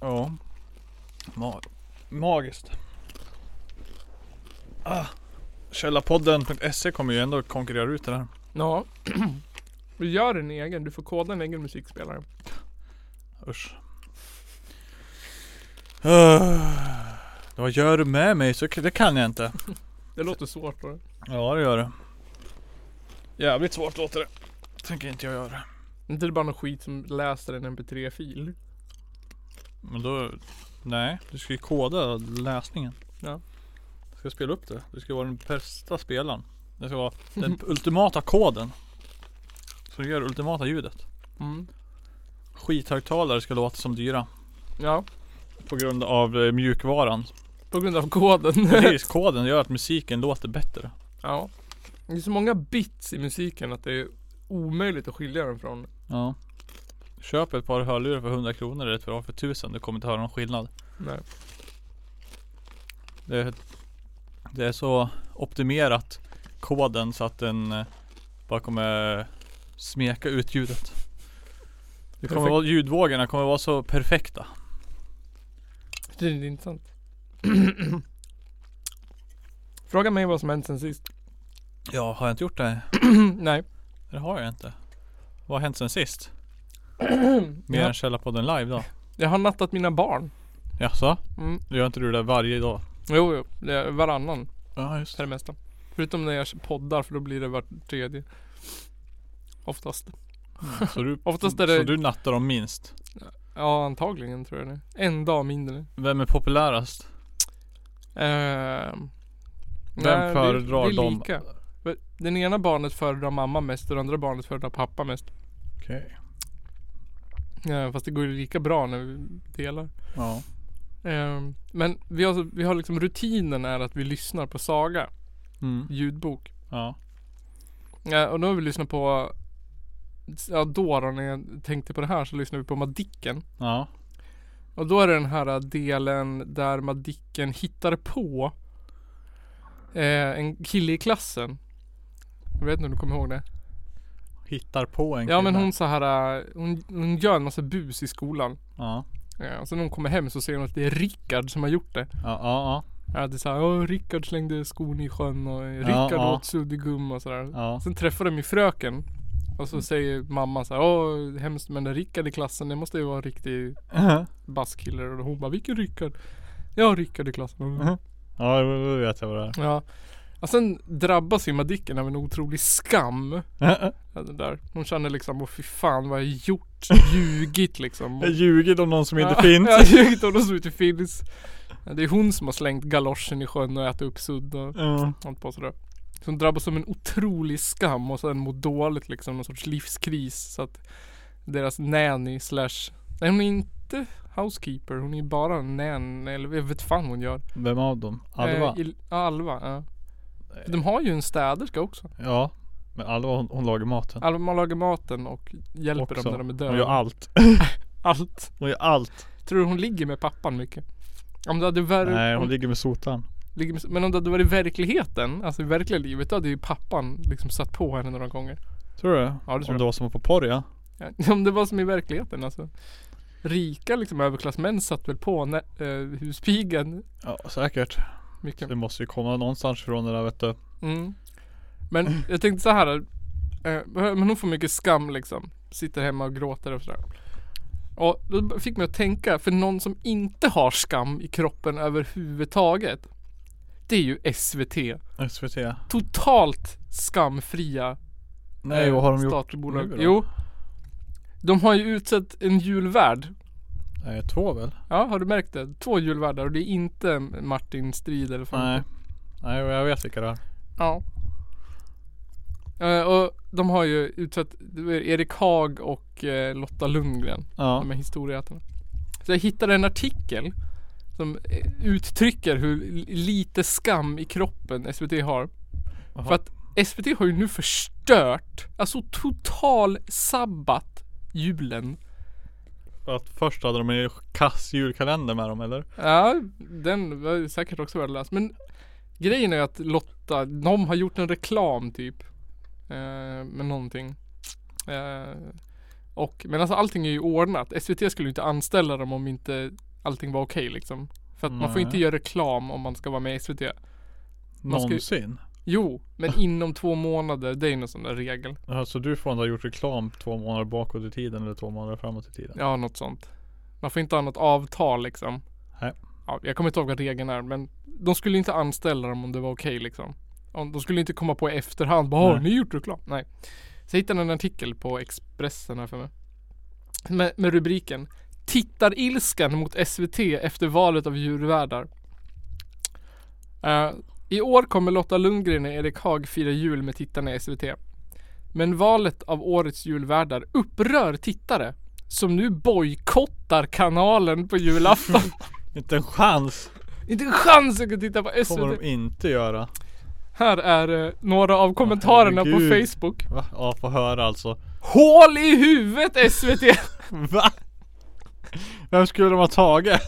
Ja. Mag- magiskt. Ah. Källarpodden.se E kommer ju ändå konkurrera ut det här. Ja. <clears throat> Du gör en egen. Du får koda en egen musikspelare. Usch. Ah. Vad gör du med mig? Så, det kan jag inte. Det låter svårt då. Ja det gör det. Jävligt svårt låter det. Tänker inte jag göra. Inte det bara någon skit som läser en mp3-fil? Men då, nej. Du ska ju koda läsningen. Ja. Du ska spela upp det. Du ska vara den bästa spelaren. Det ska <laughs> vara den ultimata koden. Som gör det ultimata ljudet. Mm. Skithögtalare ska låta som dyra. Ja. På grund av eh, mjukvaran. På grund av koden. <laughs> Precis, koden gör att musiken låter bättre. <laughs> ja. Det är så många bits i musiken att det är omöjligt att skilja den från. Ja. Köp ett par hörlurar för 100 kronor eller ett par för 1000. Du kommer inte höra någon skillnad. Nej. Det är, det är så optimerat koden så att den eh, bara kommer smeka ut ljudet. Det kommer Perfekt. vara, ljudvågorna kommer vara så perfekta. Det är intressant. <clears throat> Fråga mig vad som hänt sen sist. <clears throat> Ja, har jag inte gjort det? Nej. Det har jag inte. Vad har hänt sen <clears throat> sist? Mer än Ja. Källarpodden live då? Jag har nattat mina barn. Jaså? Mm. Gör inte du det varje dag? Jo, jo. Det är varannan Ja, just för det mesta. Förutom när jag poddar för då blir det var tredje. Oftast. Så du, Oftast är det- så du nattar dem minst? Ja, antagligen tror jag det. En dag mindre. Vem är populärast? Ehm, Vem nej, föredrar det, det är dem? lika. Den ena barnet föredrar mamma mest och det andra barnet föredrar pappa mest. Okej. Eh, fast det går ju lika bra när vi delar. Ja. Ehm, men vi har, vi har liksom rutinen är att vi lyssnar på saga, Mm. ljudbok. Ja. Eh, och då har vi lyssnat på Ja då, då när jag tänkte på det här så lyssnade vi på Madicken. Ja. Och då är det den här eh, delen där Madicken hittar på eh, en kille i klassen. Jag vet inte om du kommer ihåg det? Hittar på en Ja men kille. hon så här, eh, hon, hon gör en massa bus i skolan. Ja. Eh, och sen när hon kommer hem så ser hon att det är Rickard som har gjort det. Ja, ja, ja. Ja det är såhär, åh Rickard slängde skon i sjön och Rickard ja. åt suddgum och sådär. ja. Mm. Sen träffar de ju fröken. Och så säger mamma såhär, åh hemskt men den Rickard i klassen det måste ju vara en riktig basskille. Och hon bara, vilken Rickard? Ja Rickard i klassen. <laughs> Mm. Ja, då då vet jag vad det Ja. Och sen drabbas ju Madicken av en otrolig skam. är. <laughs> Ja, det Där. Hon känner liksom, åh fy fan vad jag har gjort, ljugit <laughs> liksom. Jag ljuger om någon som inte Ja, <laughs> finns. Jag har ljugit om något som inte finns. Det är hon som har slängt galoschen i sjön och ätit upp sudd och Ja. hållit på sådär. Så hon drabbas av en otrolig skam och sen mår dåligt liksom, någon sorts livskris. Så att deras nanny slash, nej hon är inte housekeeper, hon är bara en nanny, eller jag vet fan vad hon gör. Vem av dem? Alva? Eh, il- ja, Alva, ja. Nej. De har ju en städerska också. Ja. Men Alva hon, hon lagar maten. Alltså man lagar maten och hjälper Också. dem när de är Hon gör döda. allt. <laughs> Allt. Hon gör allt. Tror du hon ligger med pappan mycket? Om det hade varit, Nej hon om, ligger med sotan. ligger med, men om det hade varit i verkligheten, alltså i verkliga livet, då hade ju pappan liksom satt på henne några gånger. Tror du? tror Om jag. det var som på porr ja. Ja, <laughs> om det var som i verkligheten alltså. Rika liksom överklassmän satt väl på nä, eh, huspigen Ja säkert. mycket. Det måste ju komma någonstans ifrån det där vet du. Mm. Men jag tänkte så här. Eh, men hon får mycket skam liksom. Sitter hemma och gråter och sådär. Och då fick mig att tänka, för någon som inte har skam i kroppen överhuvudtaget. Det är ju SVT. SVT. Totalt skamfria Nej eh, vad har de gjort? statliga bolag. nu då? Jo. De har ju utsett en julvärd. Nej två väl? Ja, har du märkt det? Två julvärdar och det är inte Martin Strid eller vad Nej. Nej jag vet vilka det är. Ja. Eh, och de har ju utsett det var Erik Haag och eh, Lotta Lundgren. Ja. De är historieätarna. Så jag hittade en artikel som eh, uttrycker hur li- lite skam i kroppen SVT har. Jaha. För att SVT har ju nu förstört, alltså total sabbat julen. För att först hade de en kass julkalender med dem eller? Ja, den var ju säkert också värdelös. Men grejen är att Lotta, de har gjort en reklam typ. Eh, med någonting. Eh, och, men alltså allting är ju ordnat. SVT skulle ju inte anställa dem om inte allting var okej liksom. För att man får Nej. inte göra reklam om man ska vara med i SVT. Man ska ju- Någonsin? Jo, <laughs> men inom två månader. Det är ju någon sån där regel. Jaha, så Alltså, du får ändå ha gjort reklam två månader bakåt i tiden eller två månader framåt i tiden? Ja, något sånt. Man får inte ha något avtal liksom. Nej. Ja, jag kommer inte ihåg vad regeln är, men de skulle inte anställa dem om det var okej liksom. Om, de skulle inte komma på i efterhand. Bara, har Nej. ni gjort reklam? Nej. Så jag hittade en artikel på Expressen här för mig. Med, med rubriken Tittarilskan mot SVT efter valet av djurvärdar. Eh, I år kommer Lotta Lundgren och Erik Haag fira jul med tittarna i SVT. Men valet av årets julvärdar upprör tittare som nu bojkottar kanalen på <laughs> julafton. <laughs> Inte en chans Inte en chans att titta på kommer SVT. de inte göra. Här är eh, några av kommentarerna på herregud. Facebook. Va? Ja, få höra alltså. Hål i huvudet SVT! Va? Vem skulle de ha tagit?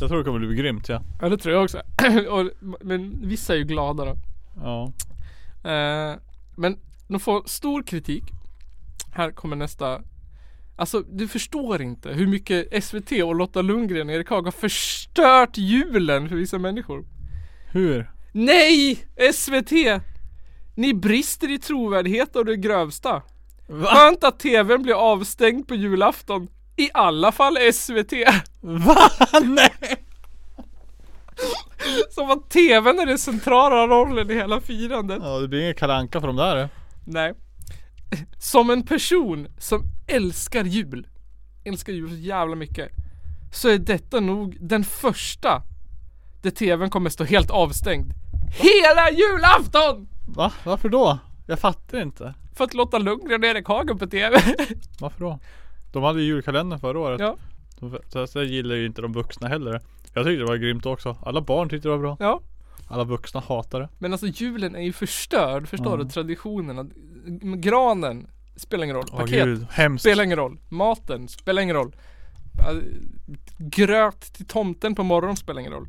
Jag tror det kommer bli grymt ja. <laughs> Ja det tror jag också. <clears throat> Och, men vissa är ju glada då. Ja. Eh, men de får stor kritik. Här kommer nästa. Alltså du förstår inte hur mycket SVT och Lotta Lundgren och Erik Haag har förstört julen för vissa människor. Hur? Nej! SVT! Ni brister i trovärdighet och det grövsta. Va? Skönt att TVn blir avstängd på julafton. I alla fall SVT. <laughs> Va? <laughs> Nej! Som att TVn är den centrala rollen i hela firandet. Ja det blir ingen kalanka för de där. Nej. Som en person som älskar jul. Älskar jul så jävla mycket. Så är detta nog den första där TVn kommer stå helt avstängd. Hela julafton! Va? Varför då? Jag fattar inte. För att Lotta Lundgren och Erik Hagen på TV. <laughs> Varför då? De hade ju julkalendern förra året. Ja. De- Så så gillar ju inte de vuxna heller. Jag tyckte det var grymt också. Alla barn tyckte det var bra. ja. Alla vuxna hatar det. Men alltså julen är ju förstörd, förstår Ja. du? Traditionerna. Granen spelar ingen roll. Åh Paket gud, hemskt. spelar ingen roll. Maten spelar ingen roll. Alltså, Gröt till tomten på morgonen spelar ingen roll.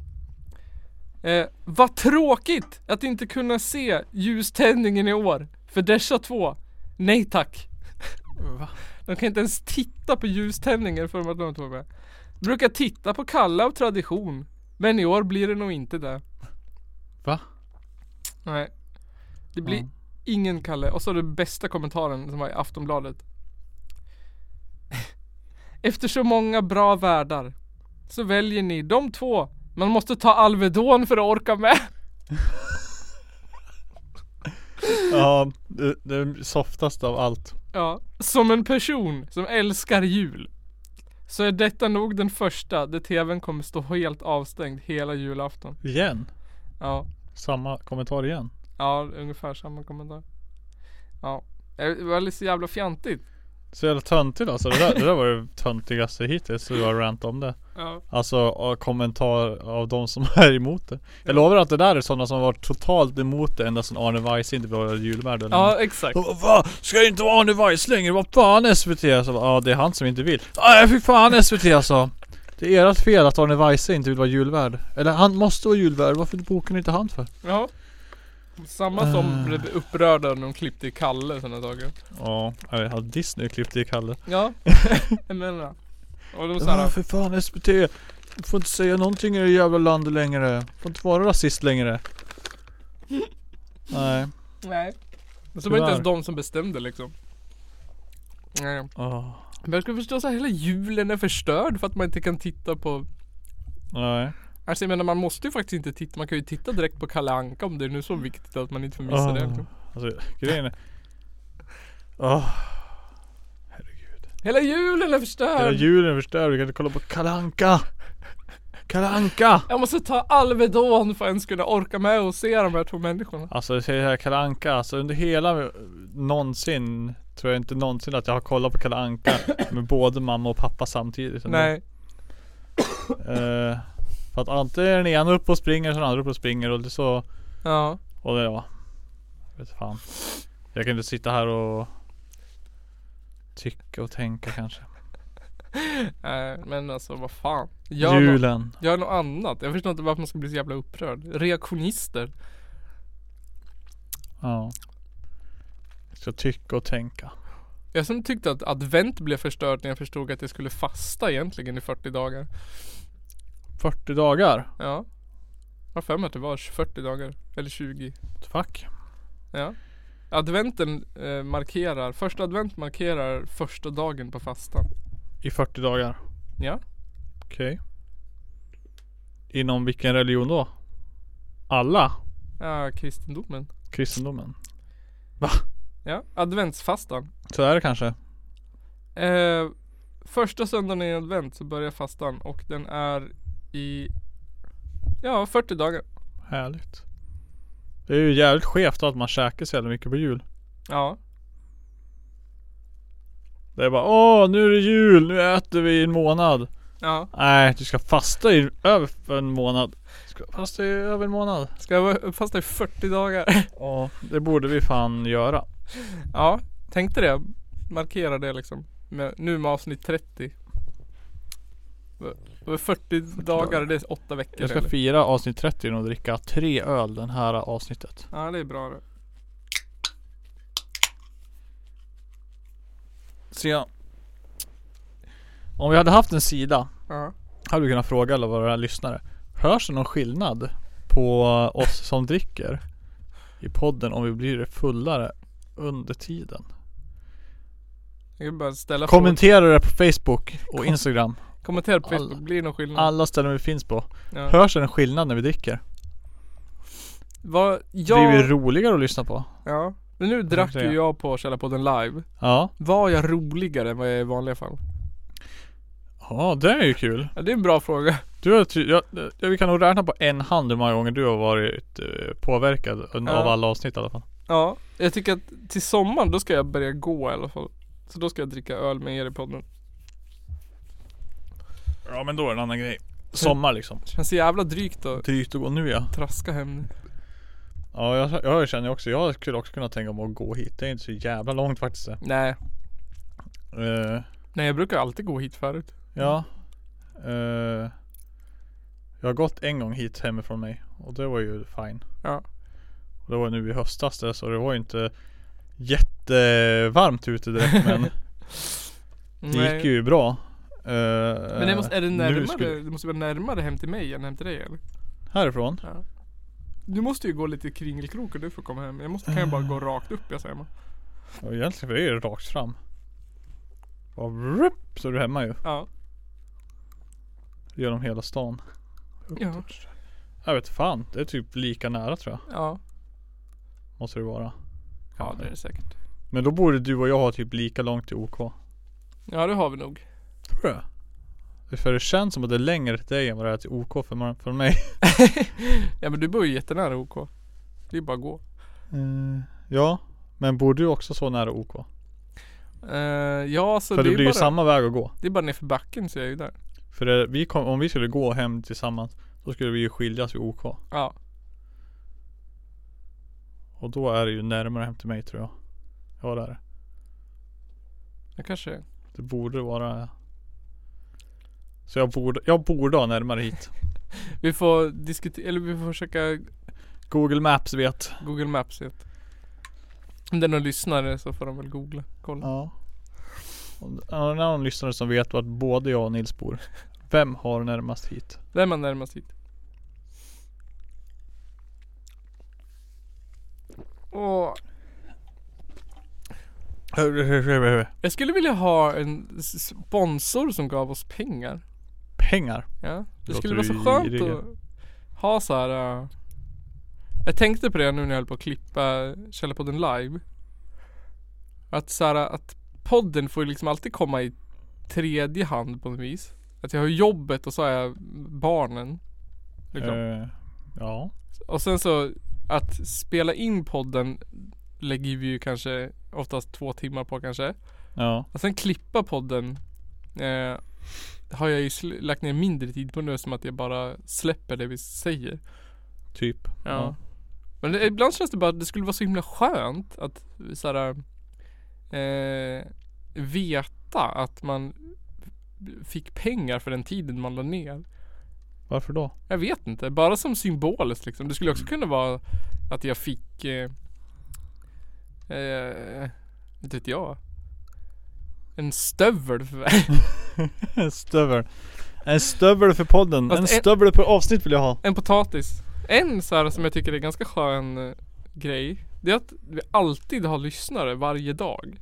Eh, vad tråkigt att inte kunna se ljuständningen i år. För dessa två. Nej tack. Va? De kan inte ens titta på ljuständningen för att de inte var med. Brukar titta på Kalle av tradition. Men i år blir det nog inte det. Va? Nej. Det blir Ja. ingen Kalle. Och så den bästa kommentaren som var i Aftonbladet. <laughs> Efter så många bra värdar så väljer ni de två. Man måste ta Alvedon för att orka med. <laughs> Ja, det, det är softast av allt. Ja, som en person som älskar jul så är detta nog den första där tvn kommer stå helt avstängd hela julafton. Igen. Ja, Samma kommentar igen. ja ungefär samma kommentar. Ja, det var lite så jävla fjantigt. Så jävla töntigt alltså. Det där, det där var det töntigaste hittills du har rant om det. Ja. Alltså och kommentar av de som är emot det. Jag lovar att det där är sådana som har varit totalt emot det ända sedan Arne Weise inte blev julvärd eller något. ja, exakt. De bara, Va? Ska det inte vara Arne Weiss längre? Vad fan SVT? Så, bara, ja det är han som inte vill. Nej fy fan SVT alltså. Det är ert fel att Arne Weise inte vill vara julvärd. Eller han måste vara julvärd. Varför bokar ni inte han för? Ja. Samma som Ah. blev upprörda när de klippte i Kalle sådana dagar. Ja, jag vet. Har Disney klippt i Kalle? <laughs> Ja. jag menar Och de Ja, såhär, för fan SVT. Du får inte säga någonting i det jävla landet längre. Du får inte vara rasist längre. Nej. nej. Men så var det inte Tyvärr. ens de som bestämde liksom. Nej. Åh. Men jag skulle förstå så här, hela julen är förstörd för att man inte kan titta på Nej. Alltså jag menar man måste ju faktiskt inte titta, man kan ju titta direkt på Kalle Anka om det är nu så viktigt att man inte får missa Åh. det liksom. Alltså grejen är. Åh. Herregud. Hela julen är Hela förstörd! julen är förstörd. Vi kan inte kolla på Kalanka. Kalanka. jag måste ta Alvedon för att ens kunna orka med och se de här två människorna. Alltså jag säger här Kalanka. Alltså under hela eh, någonsin. Tror jag inte någonsin att jag har kollat på Kalanka med både mamma och pappa samtidigt. Nej. Eh, för att antingen är den ena uppe och springer så den andra uppe och springer och det så Ja. Och det ja. Jag vet fan. Jag kan inte sitta här och Tycka och tänka kanske Nej men alltså vad fan. Gör, något, Julen gör något annat. Jag förstår inte varför man ska bli så jävla upprörd. Reaktionister. Ja Jag Ska tycka och tänka Jag som tyckte att advent blev förstört när jag förstod att jag skulle fasta egentligen i 40 dagar. 40 dagar Ja. Jag har för mig att det var 40 dagar. Eller 20. Fuck Ja. Adventen eh, markerar, första advent markerar första dagen på fastan. I 40 dagar Ja. Okej Inom vilken religion då? Alla? Ja, kristendomen. Kristendomen? Ja, adventsfastan. Så är det kanske? Eh, första söndagen i advent så börjar fastan och den är i Ja, 40 dagar. Härligt Det är ju jävligt skevt att man käkar så jävla mycket på jul Ja. Det är bara åh nu är det jul, nu äter vi i en månad. Ja. Nej, du ska fasta i över för en månad. Du ska fasta i över en månad. Ska jag vara- fasta i 40 dagar? Ja, det borde vi fan göra. <laughs> ja, tänkte det. Markera det liksom. Med, nu med avsnitt 30. Det var 40 dagar, dagar. det är 8 veckor. Jag ska eller? fira avsnitt 30 genom att dricka tre öl den här avsnittet. Ja, det är bra det. Så ja. Om vi hade haft en sida Ja. hade vi kunnat fråga alla våra lyssnare. Hörs det någon skillnad på oss som dricker i podden om vi blir fullare under tiden? Jag kan bara ställa frågor. Kommentera det på Facebook och Instagram. Kommentera på Facebook, Alla. blir det någon skillnad? Alla ställen vi finns på. ja. Hörs det en skillnad när vi dricker? Vad, Det blir ju jag... roligare att lyssna på. Ja. Men nu drack säga. ju jag på Källarpodden live. Ja. Var jag roligare än vad jag är i vanliga fall? Ja, det är ju kul. Ja, det är en bra fråga. Du har ty- jag, jag, vi kan nog räkna på en hand hur många gånger du har varit eh, påverkad av alla avsnitt i alla fall. Ja, jag tycker att till sommaren då ska jag börja gå i alla fall. Så då ska jag dricka öl med er i podden. Ja, men då är det en annan grej. Sommar liksom. Känns jävla drygt att Drygt att gå nu ja. traska hem nu. Ja, jag, jag känner också. Jag skulle också kunna tänka mig att gå hit. Det är inte så jävla långt faktiskt. det. Nej, Eh, nej jag brukar alltid gå hit förut. ja. Eh, jag har gått en gång hit hemifrån mig och det var ju fine. Ja. Och det var nu i höstas det, så det var ju inte jättevarmt ute direkt <laughs> men Det gick ju bra. Eh, Men det måste, är det nu närmare? skulle- Det måste vara närmare hem till mig än hem till dig eller? Härifrån? Du måste ju gå lite kringelkrokar du får komma hem. Jag måste, kan jag bara gå rakt upp jag säger man. Ja, egentligen för det är ju rakt fram. Bara vrupp, så är du hemma ju. Ja. Genom hela stan. Ja. Jag vet fan. Det är typ lika nära tror jag. Ja. Måste det vara. Ja det är det säkert. Men då borde du och jag ha typ lika långt till OK. Ja det har vi nog. Tror du det? Det är För det känns som att det är längre till dig än vad det är till OK för, man, för mig. Ja men du bor ju jättenära OK. Det är bara att gå. Eh, ja. Men bor du också så nära OK? Eh, ja, så för det, det, är blir ju bara, samma väg att gå. det är bara nerför backen så jag är ju där. För det, vi kom, om vi skulle gå hem tillsammans, då skulle vi ju skiljas vid OK. Ja. Och då är det ju närmare hem till mig tror jag. Ja det är det. Jag kanske... Det borde vara... Så jag borde, jag borde ha närmare hit. Vi får diskutera, eller vi får försöka Google Maps vet. Google Maps vet. Om det är någon lyssnare så får de väl googla, kolla. Ja. Om det är någon lyssnare som vet vart både jag och Nils bor. Vem har närmast hit? Där är man närmast hit. Åh, jag skulle vilja ha en s- sponsor som gav oss pengar. Pengar. Ja. Det Låter skulle vara så ju skönt giriga. att ha så här. äh, jag tänkte på det nu när jag höll på att klippa Källarpodden live. Att så här, att podden får ju liksom alltid komma i tredje hand på något vis. Att jag har jobbet och så har jag barnen. Liksom. Eh, ja. Och sen så att spela in podden lägger vi ju kanske oftast två timmar på kanske. Ja. Och sen klippa podden eh, har jag ju sl- lagt ner mindre tid på nu som att jag bara släpper det vi säger. Typ. Ja. Men det, ibland känns det bara att det skulle vara så himla skönt att såhär eh, veta att man fick pengar för den tiden man la ner. Varför då? Jag vet inte, bara som symboliskt liksom. Det skulle också kunna vara att jag fick eh, eh, inte vet jag. En stövel för <laughs> En stövel. En stövel för podden. Fast en en- stövel per avsnitt vill jag ha. En potatis. En så här som jag tycker är ganska skön eh, grej. Det är att vi alltid har lyssnare varje dag.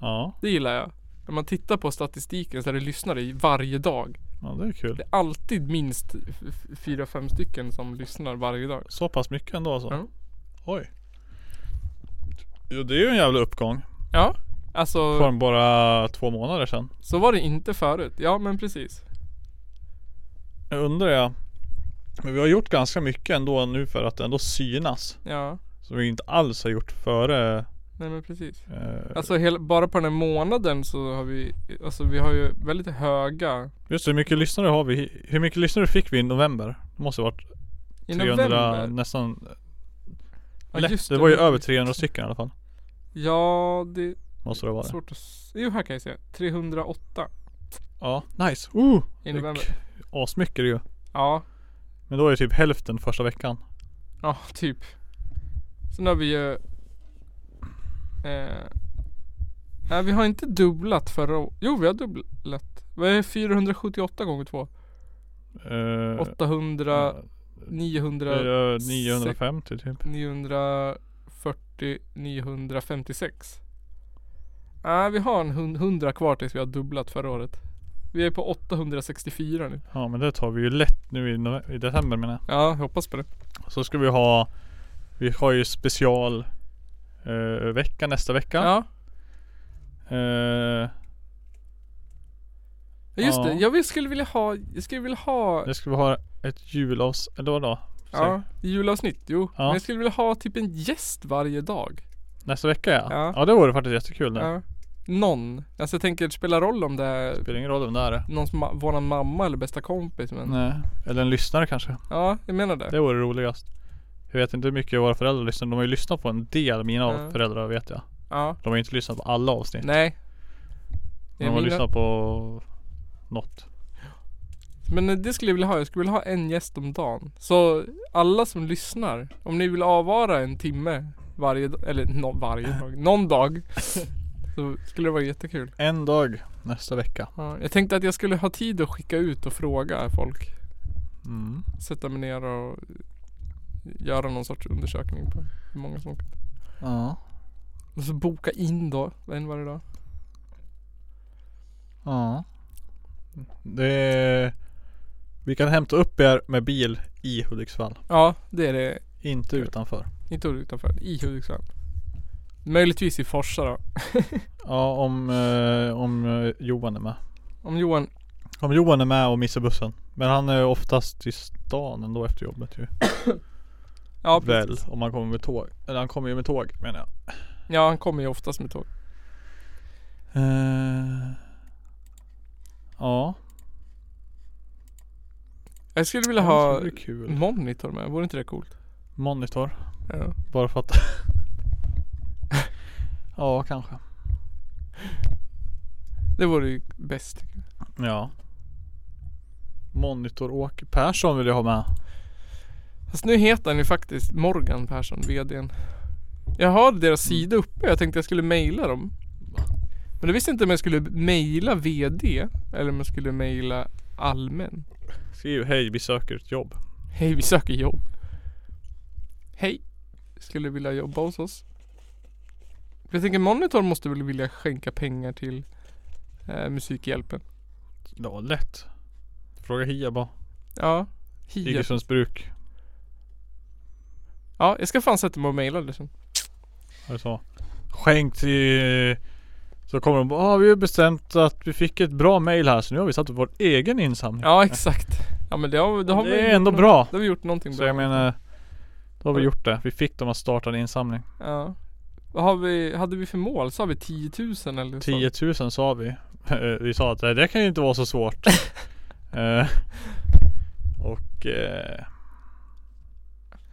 Ja. Det gillar jag. När man tittar på statistiken så är det lyssnare i varje dag. Ja det är kul. Det är alltid minst f- f- fyra, fem stycken som lyssnar varje dag. Så pass mycket ändå alltså? Ja. Oj. Jo det är ju en jävla uppgång. Ja, alltså Från bara två månader sedan. så var det inte förut. Ja men precis. Jag undrar jag. Men vi har gjort ganska mycket ändå nu för att ändå synas. Ja, Som vi inte alls har gjort före. nej men precis. Eh, Alltså hel, bara på den här månaden så har vi, alltså vi har ju väldigt höga just det, hur mycket lyssnare har vi? Hur mycket lyssnare fick vi i november? Det måste ha varit i 300, november. nästan. Ja, lätt. just det var ju över 300 stycken i alla fall. Ja, det, Måste det vara. Svårt att... s- Jo här kan jag se. 308 Ja, nice. Uh! i november. Asmycket det är ju. Ja, Men då är det typ hälften första veckan. ja typ. Sen har vi ju... Eh, nej vi har inte dubblat förra å- Jo vi har dubblat. Vad är 478 gånger 2? Eh, 800, 900, eh, 950 typ. 940, 956. Nej vi har en hun- 100 kvar tills vi har dubblat förra året. Vi är på 864 nu. Ja men det tar vi ju lätt nu i, nove- i december menar Ja, jag hoppas på det. jag. Så ska vi ha Vi har ju special eh, vecka nästa vecka. ja. Eh, Ja just Ja. det, jag vill, skulle vilja ha, jag skulle vilja ha det ska vi ha ett julavs... Eller vadå? Säg. Ja, julavsnitt, jo. Ja. Men jag skulle vilja ha typ en gäst varje dag. Nästa vecka ja. Ja. ja. det vore faktiskt jättekul. Det Ja. Någon. Alltså jag tänker, det spelar roll om det är spelar ingen roll vem det är. någon som, ma- våran mamma eller bästa kompis men. Nej. Eller en lyssnare kanske. Ja, jag menar det. Det vore roligast. Jag vet inte hur mycket våra föräldrar lyssnar. De har ju lyssnat på en del, mina Ja. föräldrar vet jag. Ja. De har ju inte lyssnat på alla avsnitt. Nej. Det De är har mina- lyssnat på något. Men eh, det skulle jag vilja ha, jag skulle vilja ha en gäst om dagen. Så alla som lyssnar, om ni vill avvara en timme varje dag, eller nå varje dag, någon dag. <laughs> Så skulle det vara jättekul. En dag nästa vecka. Ja, jag tänkte att jag skulle ha tid att skicka ut och fråga folk. Mm. Sätta mig ner och göra någon sorts undersökning på hur många som åker. Ja. Och så boka in då, en varje dag. Ja. Det... Vi kan hämta upp er med bil i Hudiksvall. Ja, det är det. Inte utanför. Inte utanför, i Hudiksvall. Möjligtvis i Forsa då. Ja, om, eh, om eh, Johan är med. Om Johan, Om Johan är med och missar bussen. Men han är oftast i stan ändå efter jobbet ju. ja Väl, precis. om han kommer med tåg. Eller han kommer ju med tåg menar jag. Ja han kommer ju oftast med tåg. Eh, ja. Jag skulle vilja Det ha vore kul. monitor med, vore inte det coolt? Monitor. Ja. Bara för att... <laughs> ja, kanske. Det vore ju bäst tycker jag. Ja. Monitor-Åke Persson vill jag ha med. Fast nu heter han ju faktiskt Morgan Persson, VDn. Jag har deras Mm. sida uppe, jag tänkte jag skulle mejla dem. Men jag visste inte om jag skulle mejla VD eller om jag skulle mejla allmän. Skriv hej, vi söker ett jobb. Hej, vi söker jobb. Hej, skulle vilja jobba hos oss. Jag tänker Monitor måste väl vilja skänka pengar till eh, Musikhjälpen. Ja, lätt. Fråga Hia bara. Ja, Hia. Iggesunds bruk. Ja, jag ska fan sätta mig och mejla liksom. det sen. Alltså, skänkt till... Så kommer de bara, ah, vi har bestämt att vi fick ett bra mail här så nu har vi satt upp vår egen insamling. Ja, exakt. Ja men det har, det har vi det gjort är ändå nå- bra. Då har vi gjort någonting Så bra. jag menar, då har vi gjort det. Vi fick dem att starta en insamling. Ja. Vad har vi, hade vi för mål? Sa vi 10 000 eller? så? 10 000 sa vi. <laughs> Eh, Vi sa att "Nej, det kan ju inte vara <laughs> så svårt. Eh, Och eh,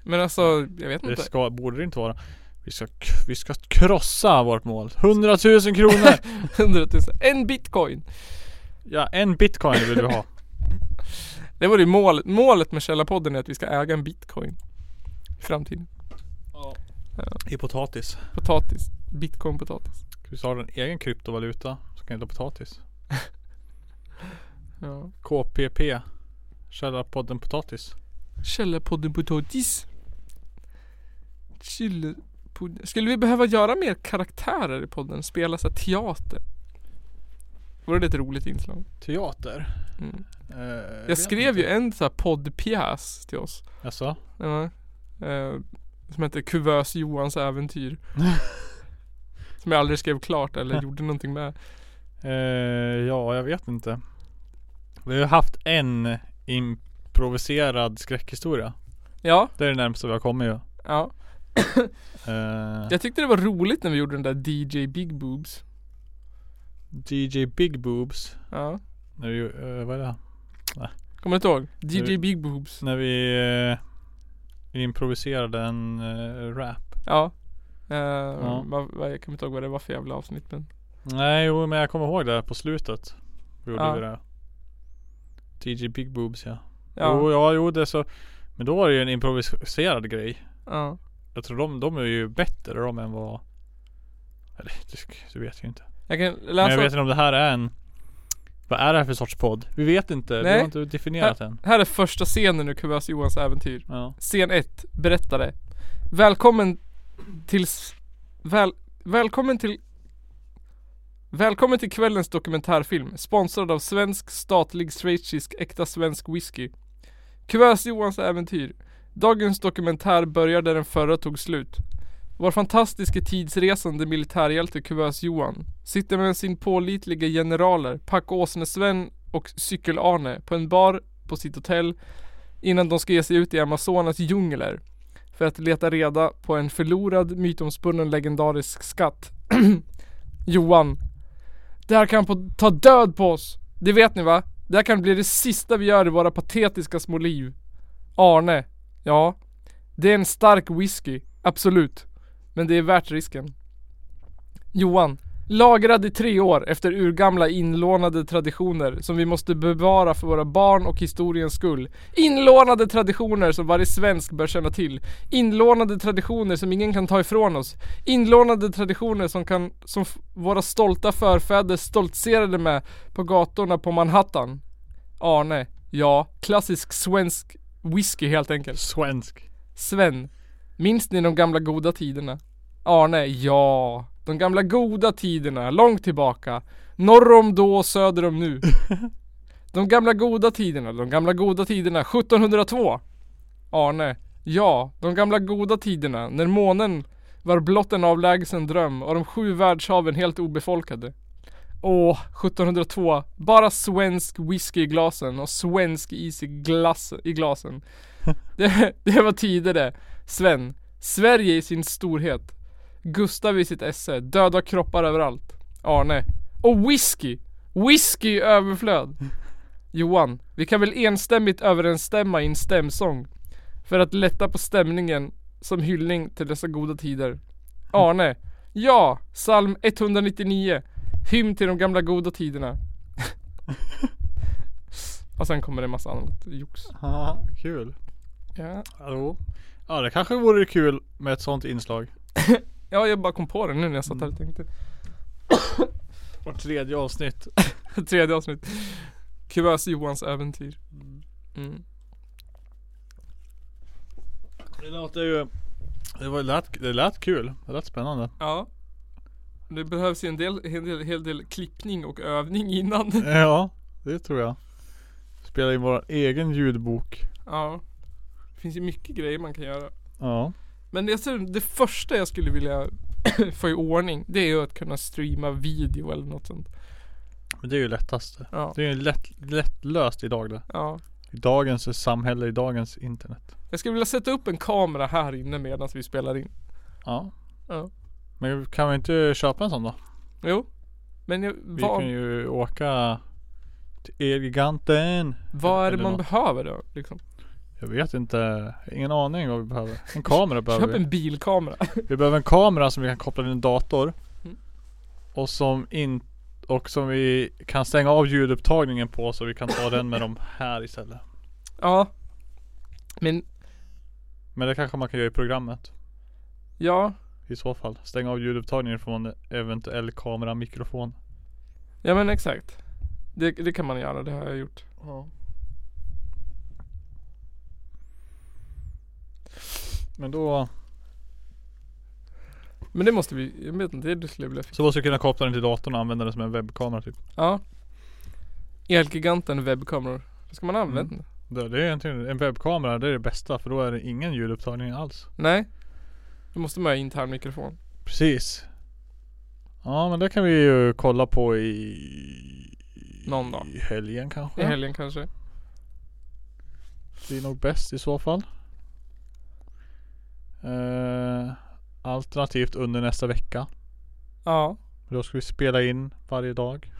Men alltså, jag vet <laughs> det inte. ska, borde det inte vara. Vi ska, k- vi ska krossa vårt mål. 100 000 <laughs> kronor! 100 000. En bitcoin. Ja, en bitcoin vill vi ha. Det var ju målet. Målet med Källarpodden är att vi ska äga en bitcoin. I framtiden. I potatis. Potatis. Bitcoin-potatis. Ska vi starta en egen kryptovaluta så kan vi ta potatis. Ja. KPP. Källarpodden Potatis. Källarpodden-potatis. Källarpodden. Skulle vi behöva göra mer karaktärer i podden? Spela så här teater? Vore det ett roligt inslag? Teater. Mm. Eh, Jag vet skrev inte. ju en så här poddpjäs till oss. Jaså? Ja, eh, som heter Kuvös Johans <laughs> äventyr. som jag aldrig skrev klart eller gjorde någonting med. Eh, ja, jag vet inte. Vi har ju haft en improviserad skräckhistoria. Ja, Det är det närmaste vi har kommit ju. ja. Eh, Jag tyckte det var roligt när vi gjorde den där DJ Big Boobs. DJ Big Boobs. Ja. När vi, eh, vad är det? Kommer du inte ihåg? DJ Nu- Big Boobs. När vi eh, improviserade en eh, rap. Ja. Eh, vad- vad- jag kommer inte ihåg vad det var för jävla avsnitt men. Nej, jo, men jag kommer ihåg det här på slutet. Då gjorde Ja. vi det. DJ Big Boobs ja. Ja. Jo, ja, jo det är så. Men då var det ju en improviserad grej. ja. Jag tror de, de är ju bättre de än vad... Eller det, det vet jag ju inte. Jag kan Men läsa. jag vet inte om det här är en... Vad är det här för sorts podd? Vi vet inte. Vi Nej. har inte definierat än. Här är första scenen ur Kuvös Johans äventyr. Ja. Scen 1, berättare. Välkommen till... s- Väl, välkommen till... Välkommen till kvällens dokumentärfilm, sponsrad av svensk statlig schweizisk äkta svensk whisky. Kuvös Johans äventyr. Dagens dokumentär börjar där den förra tog slut. Vår fantastiske tidsresande militärhjälte Kuvös Johan sitter med sin pålitliga generaler Pack-Åsne-Sven och Cykel-Arne på en bar på sitt hotell innan de ska ge sig ut i Amazonas djungler för att leta reda på en förlorad mytomspunnen legendarisk skatt. <clears throat> Johan. Det här kan på- ta död på oss. Det vet ni va? Det här kan bli det sista vi gör i våra patetiska små liv. Arne. Ja. Det är en stark whisky. Absolut. Men det är värt risken. Johan. Lagrad i tre år efter urgamla inlånade traditioner som vi måste bevara för våra barn och historiens skull. Inlånade traditioner som varje svensk bör känna till. Inlånade traditioner som ingen kan ta ifrån oss. Inlånade traditioner som, kan, som f- våra stolta förfäder stoltserade med på gatorna på Manhattan. Arne. Ja, klassisk svensk whisky helt enkelt. Svensk. Sven, minns ni de gamla goda tiderna? Arne, ja. De gamla goda tiderna, långt tillbaka. Norr om då och söder om nu. De gamla goda tiderna, de gamla goda tiderna, 1702. Arne, ja. De gamla goda tiderna, när månen var blott en avlägsen dröm och de sju världshaven helt obefolkade. Åh, 1702. Bara svensk whisky i glasen och svensk is i, glass, i glasen. Det, <laughs> det var tider det. Sven. Sverige i sin storhet. Gustav i sitt esse. Döda kroppar överallt. Arne. Och whisky! Whisky i överflöd! Johan, vi kan väl enstämmigt överensstämma i en stämsång? För att lätta på stämningen som hyllning till dessa goda tider. Arne, ja! Psalm 199 Hymn till de gamla goda tiderna. Och sen kommer det en massa annat jox. Ja, kul. Ja. Hallå. Ja det kanske vore kul med ett sånt inslag. ja, jag bara kom på det nu när jag satt här och tänkte. <laughs> Vårt tredje avsnitt. Tredje avsnitt. Kuvös Johans äventyr. Mm. Det låter ju... Det, var, det, lät, det lät kul. Det lät spännande. Ja. Det behövs ju en del, en del, hel del klippning och övning innan. <laughs> Eh, Ja, det tror jag. Spela in vår egen ljudbok. Ja. Det finns ju mycket grejer man kan göra. Ja. Men det, ser- det första jag skulle vilja <coughs> få i ordning, det är ju att kunna streama video eller något sånt. Men det är ju lättaste. Ja. Det är ju lätt, lättlöst idag det. ja. I dagens samhälle, i dagens internet. Jag skulle vilja sätta upp en kamera här inne medan vi spelar in. Ja. Ja. Men kan vi inte köpa en sån då? Jo. Men jag, Vi vad, kan ju åka till Elgiganten. vad är det eller man något. behöver då? Liksom? Jag vet inte. Ingen aning vad vi behöver. <laughs> En kamera behöver Köp vi. en bilkamera. Vi behöver en kamera som vi kan koppla till en dator. Mm. Och som in, och som vi kan stänga av ljudupptagningen på så vi kan ta den med dem här istället. ja. Men Men det kanske man kan göra i programmet. ja. I så fall. Stänga av ljudupptagningen från eventuell kameramikrofon. Ja men exakt. Det, det kan man göra. Det har jag gjort. Men då. Men det måste vi. Jag vet inte. Det skulle jag vilja fixa. Så måste vi kunna koppla den till datorn och använda den som en webbkamera typ. Ja. Elgiganten webbkameror. Vad ska man använda? Det det är egentligen en webbkamera. Det är det bästa. För då är det ingen ljudupptagning alls. Nej. Då måste man ha intern mikrofon. Precis. Ja men det kan vi ju kolla på i Någon dag. I helgen kanske. I helgen kanske. Det är nog bäst i så fall. Eh, alternativt under nästa vecka. Ja. Då ska vi spela in varje dag.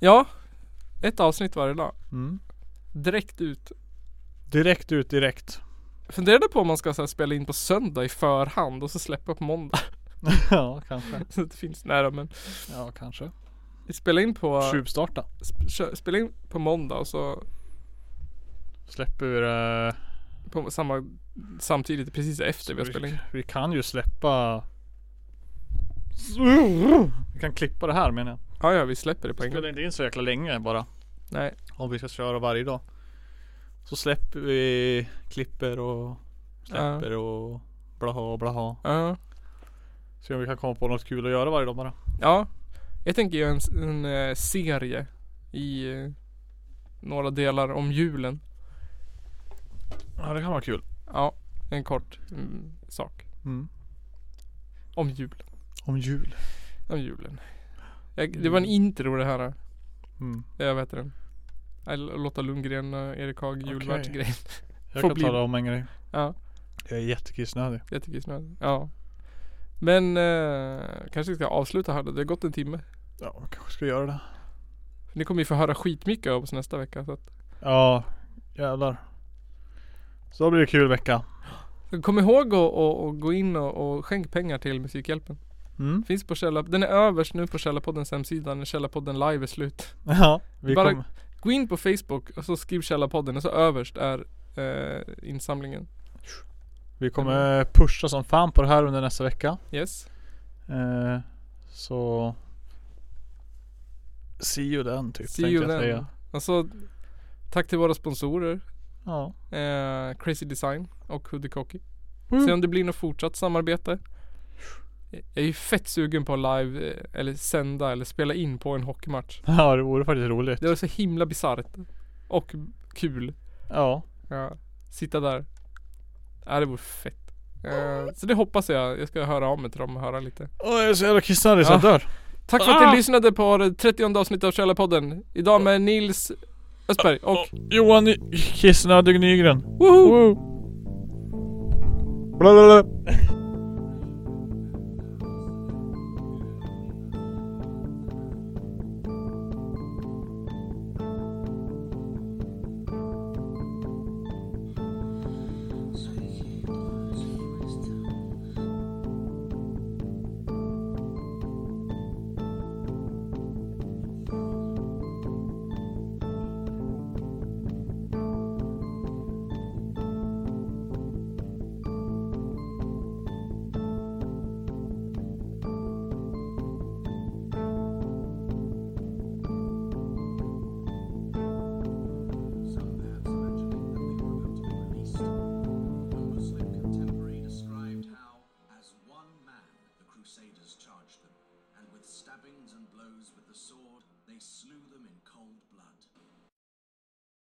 Ja. Ett avsnitt varje dag. Mm. Direkt ut. Direkt ut direkt. <laughs> Funderade på om man ska så här, spela in på söndag i förhand och så släppa på måndag. <laughs> ja kanske. Så att det finns nära men Ja kanske. vi spelar in på Tjuvstarta. sp- kö- Spela in på måndag och så Släpper eh, vi det. på samma Samtidigt precis efter vi har spelat in Vi, vi kan ju släppa. Vi kan klippa det här menar jag. Ja ja vi släpper det på en gång Spelar inte in så jäkla länge bara. Nej Om vi ska köra varje dag. Så släpper vi klipper och Ja. släpper och blaha blaha. Ja Se om vi kan komma på något kul att göra varje dag bara. Ja Jag tänker göra en, s- en eh, serie I eh, Några delar om julen Ja det kan vara kul. Ja En kort mm, sak Om julen Om jul. Om julen jag, Det var en intro det här Mm. Jag vet den Eh, Lotta Lundgren och Erik Haag julvärdsgrej Jag Får kan bli- tala om en grej. Ja Jag är jättekissnödig. Jag tycker snön. Ja. Men eh, kanske vi ska avsluta här då. Det har gått en timme. Ja vi kanske ska göra det. Ni kommer ju få höra skitmycket av oss nästa vecka. Så att, Ja jävlar. Så blir det kul vecka. kom ihåg att att- att gå in och, och skänk pengar till Musikhjälpen. Mm. <laughs> Finns på källa, den är överst nu på Källarpoddens hemsida när Källarpodden live är slut. Ja. Vi Bara- kommer. Gå in på Facebook och så skriv Källarpodden och så överst är eh, insamlingen. Vi kommer pusha som fan på det här under nästa vecka. Yes. Eh, så. See you then typ. See tänkte you jag then. säga. Och så tack till våra sponsorer. Ja. Eh, Crazy Design och Hoodie Cocky. Se Mm. om det blir något fortsatt samarbete. Jag är ju fett sugen på att live eh, eller sända eller spela in på en hockeymatch. Ja det vore faktiskt roligt. Det var så himla bisarrt. Och kul. Ja. Ja. Sitta där. Ja det vore fett. Eh, Så det hoppas jag. Jag ska höra av mig till dem och höra lite. Åh jag är så jävla kissnödig så jag Ja. dör. Tack för att Ah! ni lyssnade på det 30 avsnittet av Källarpodden. Idag med Nils Östberg och Johan Ny- Kissnödig Nygren. woho! Blablabla. stabbings and blows with the sword, they slew them in cold blood.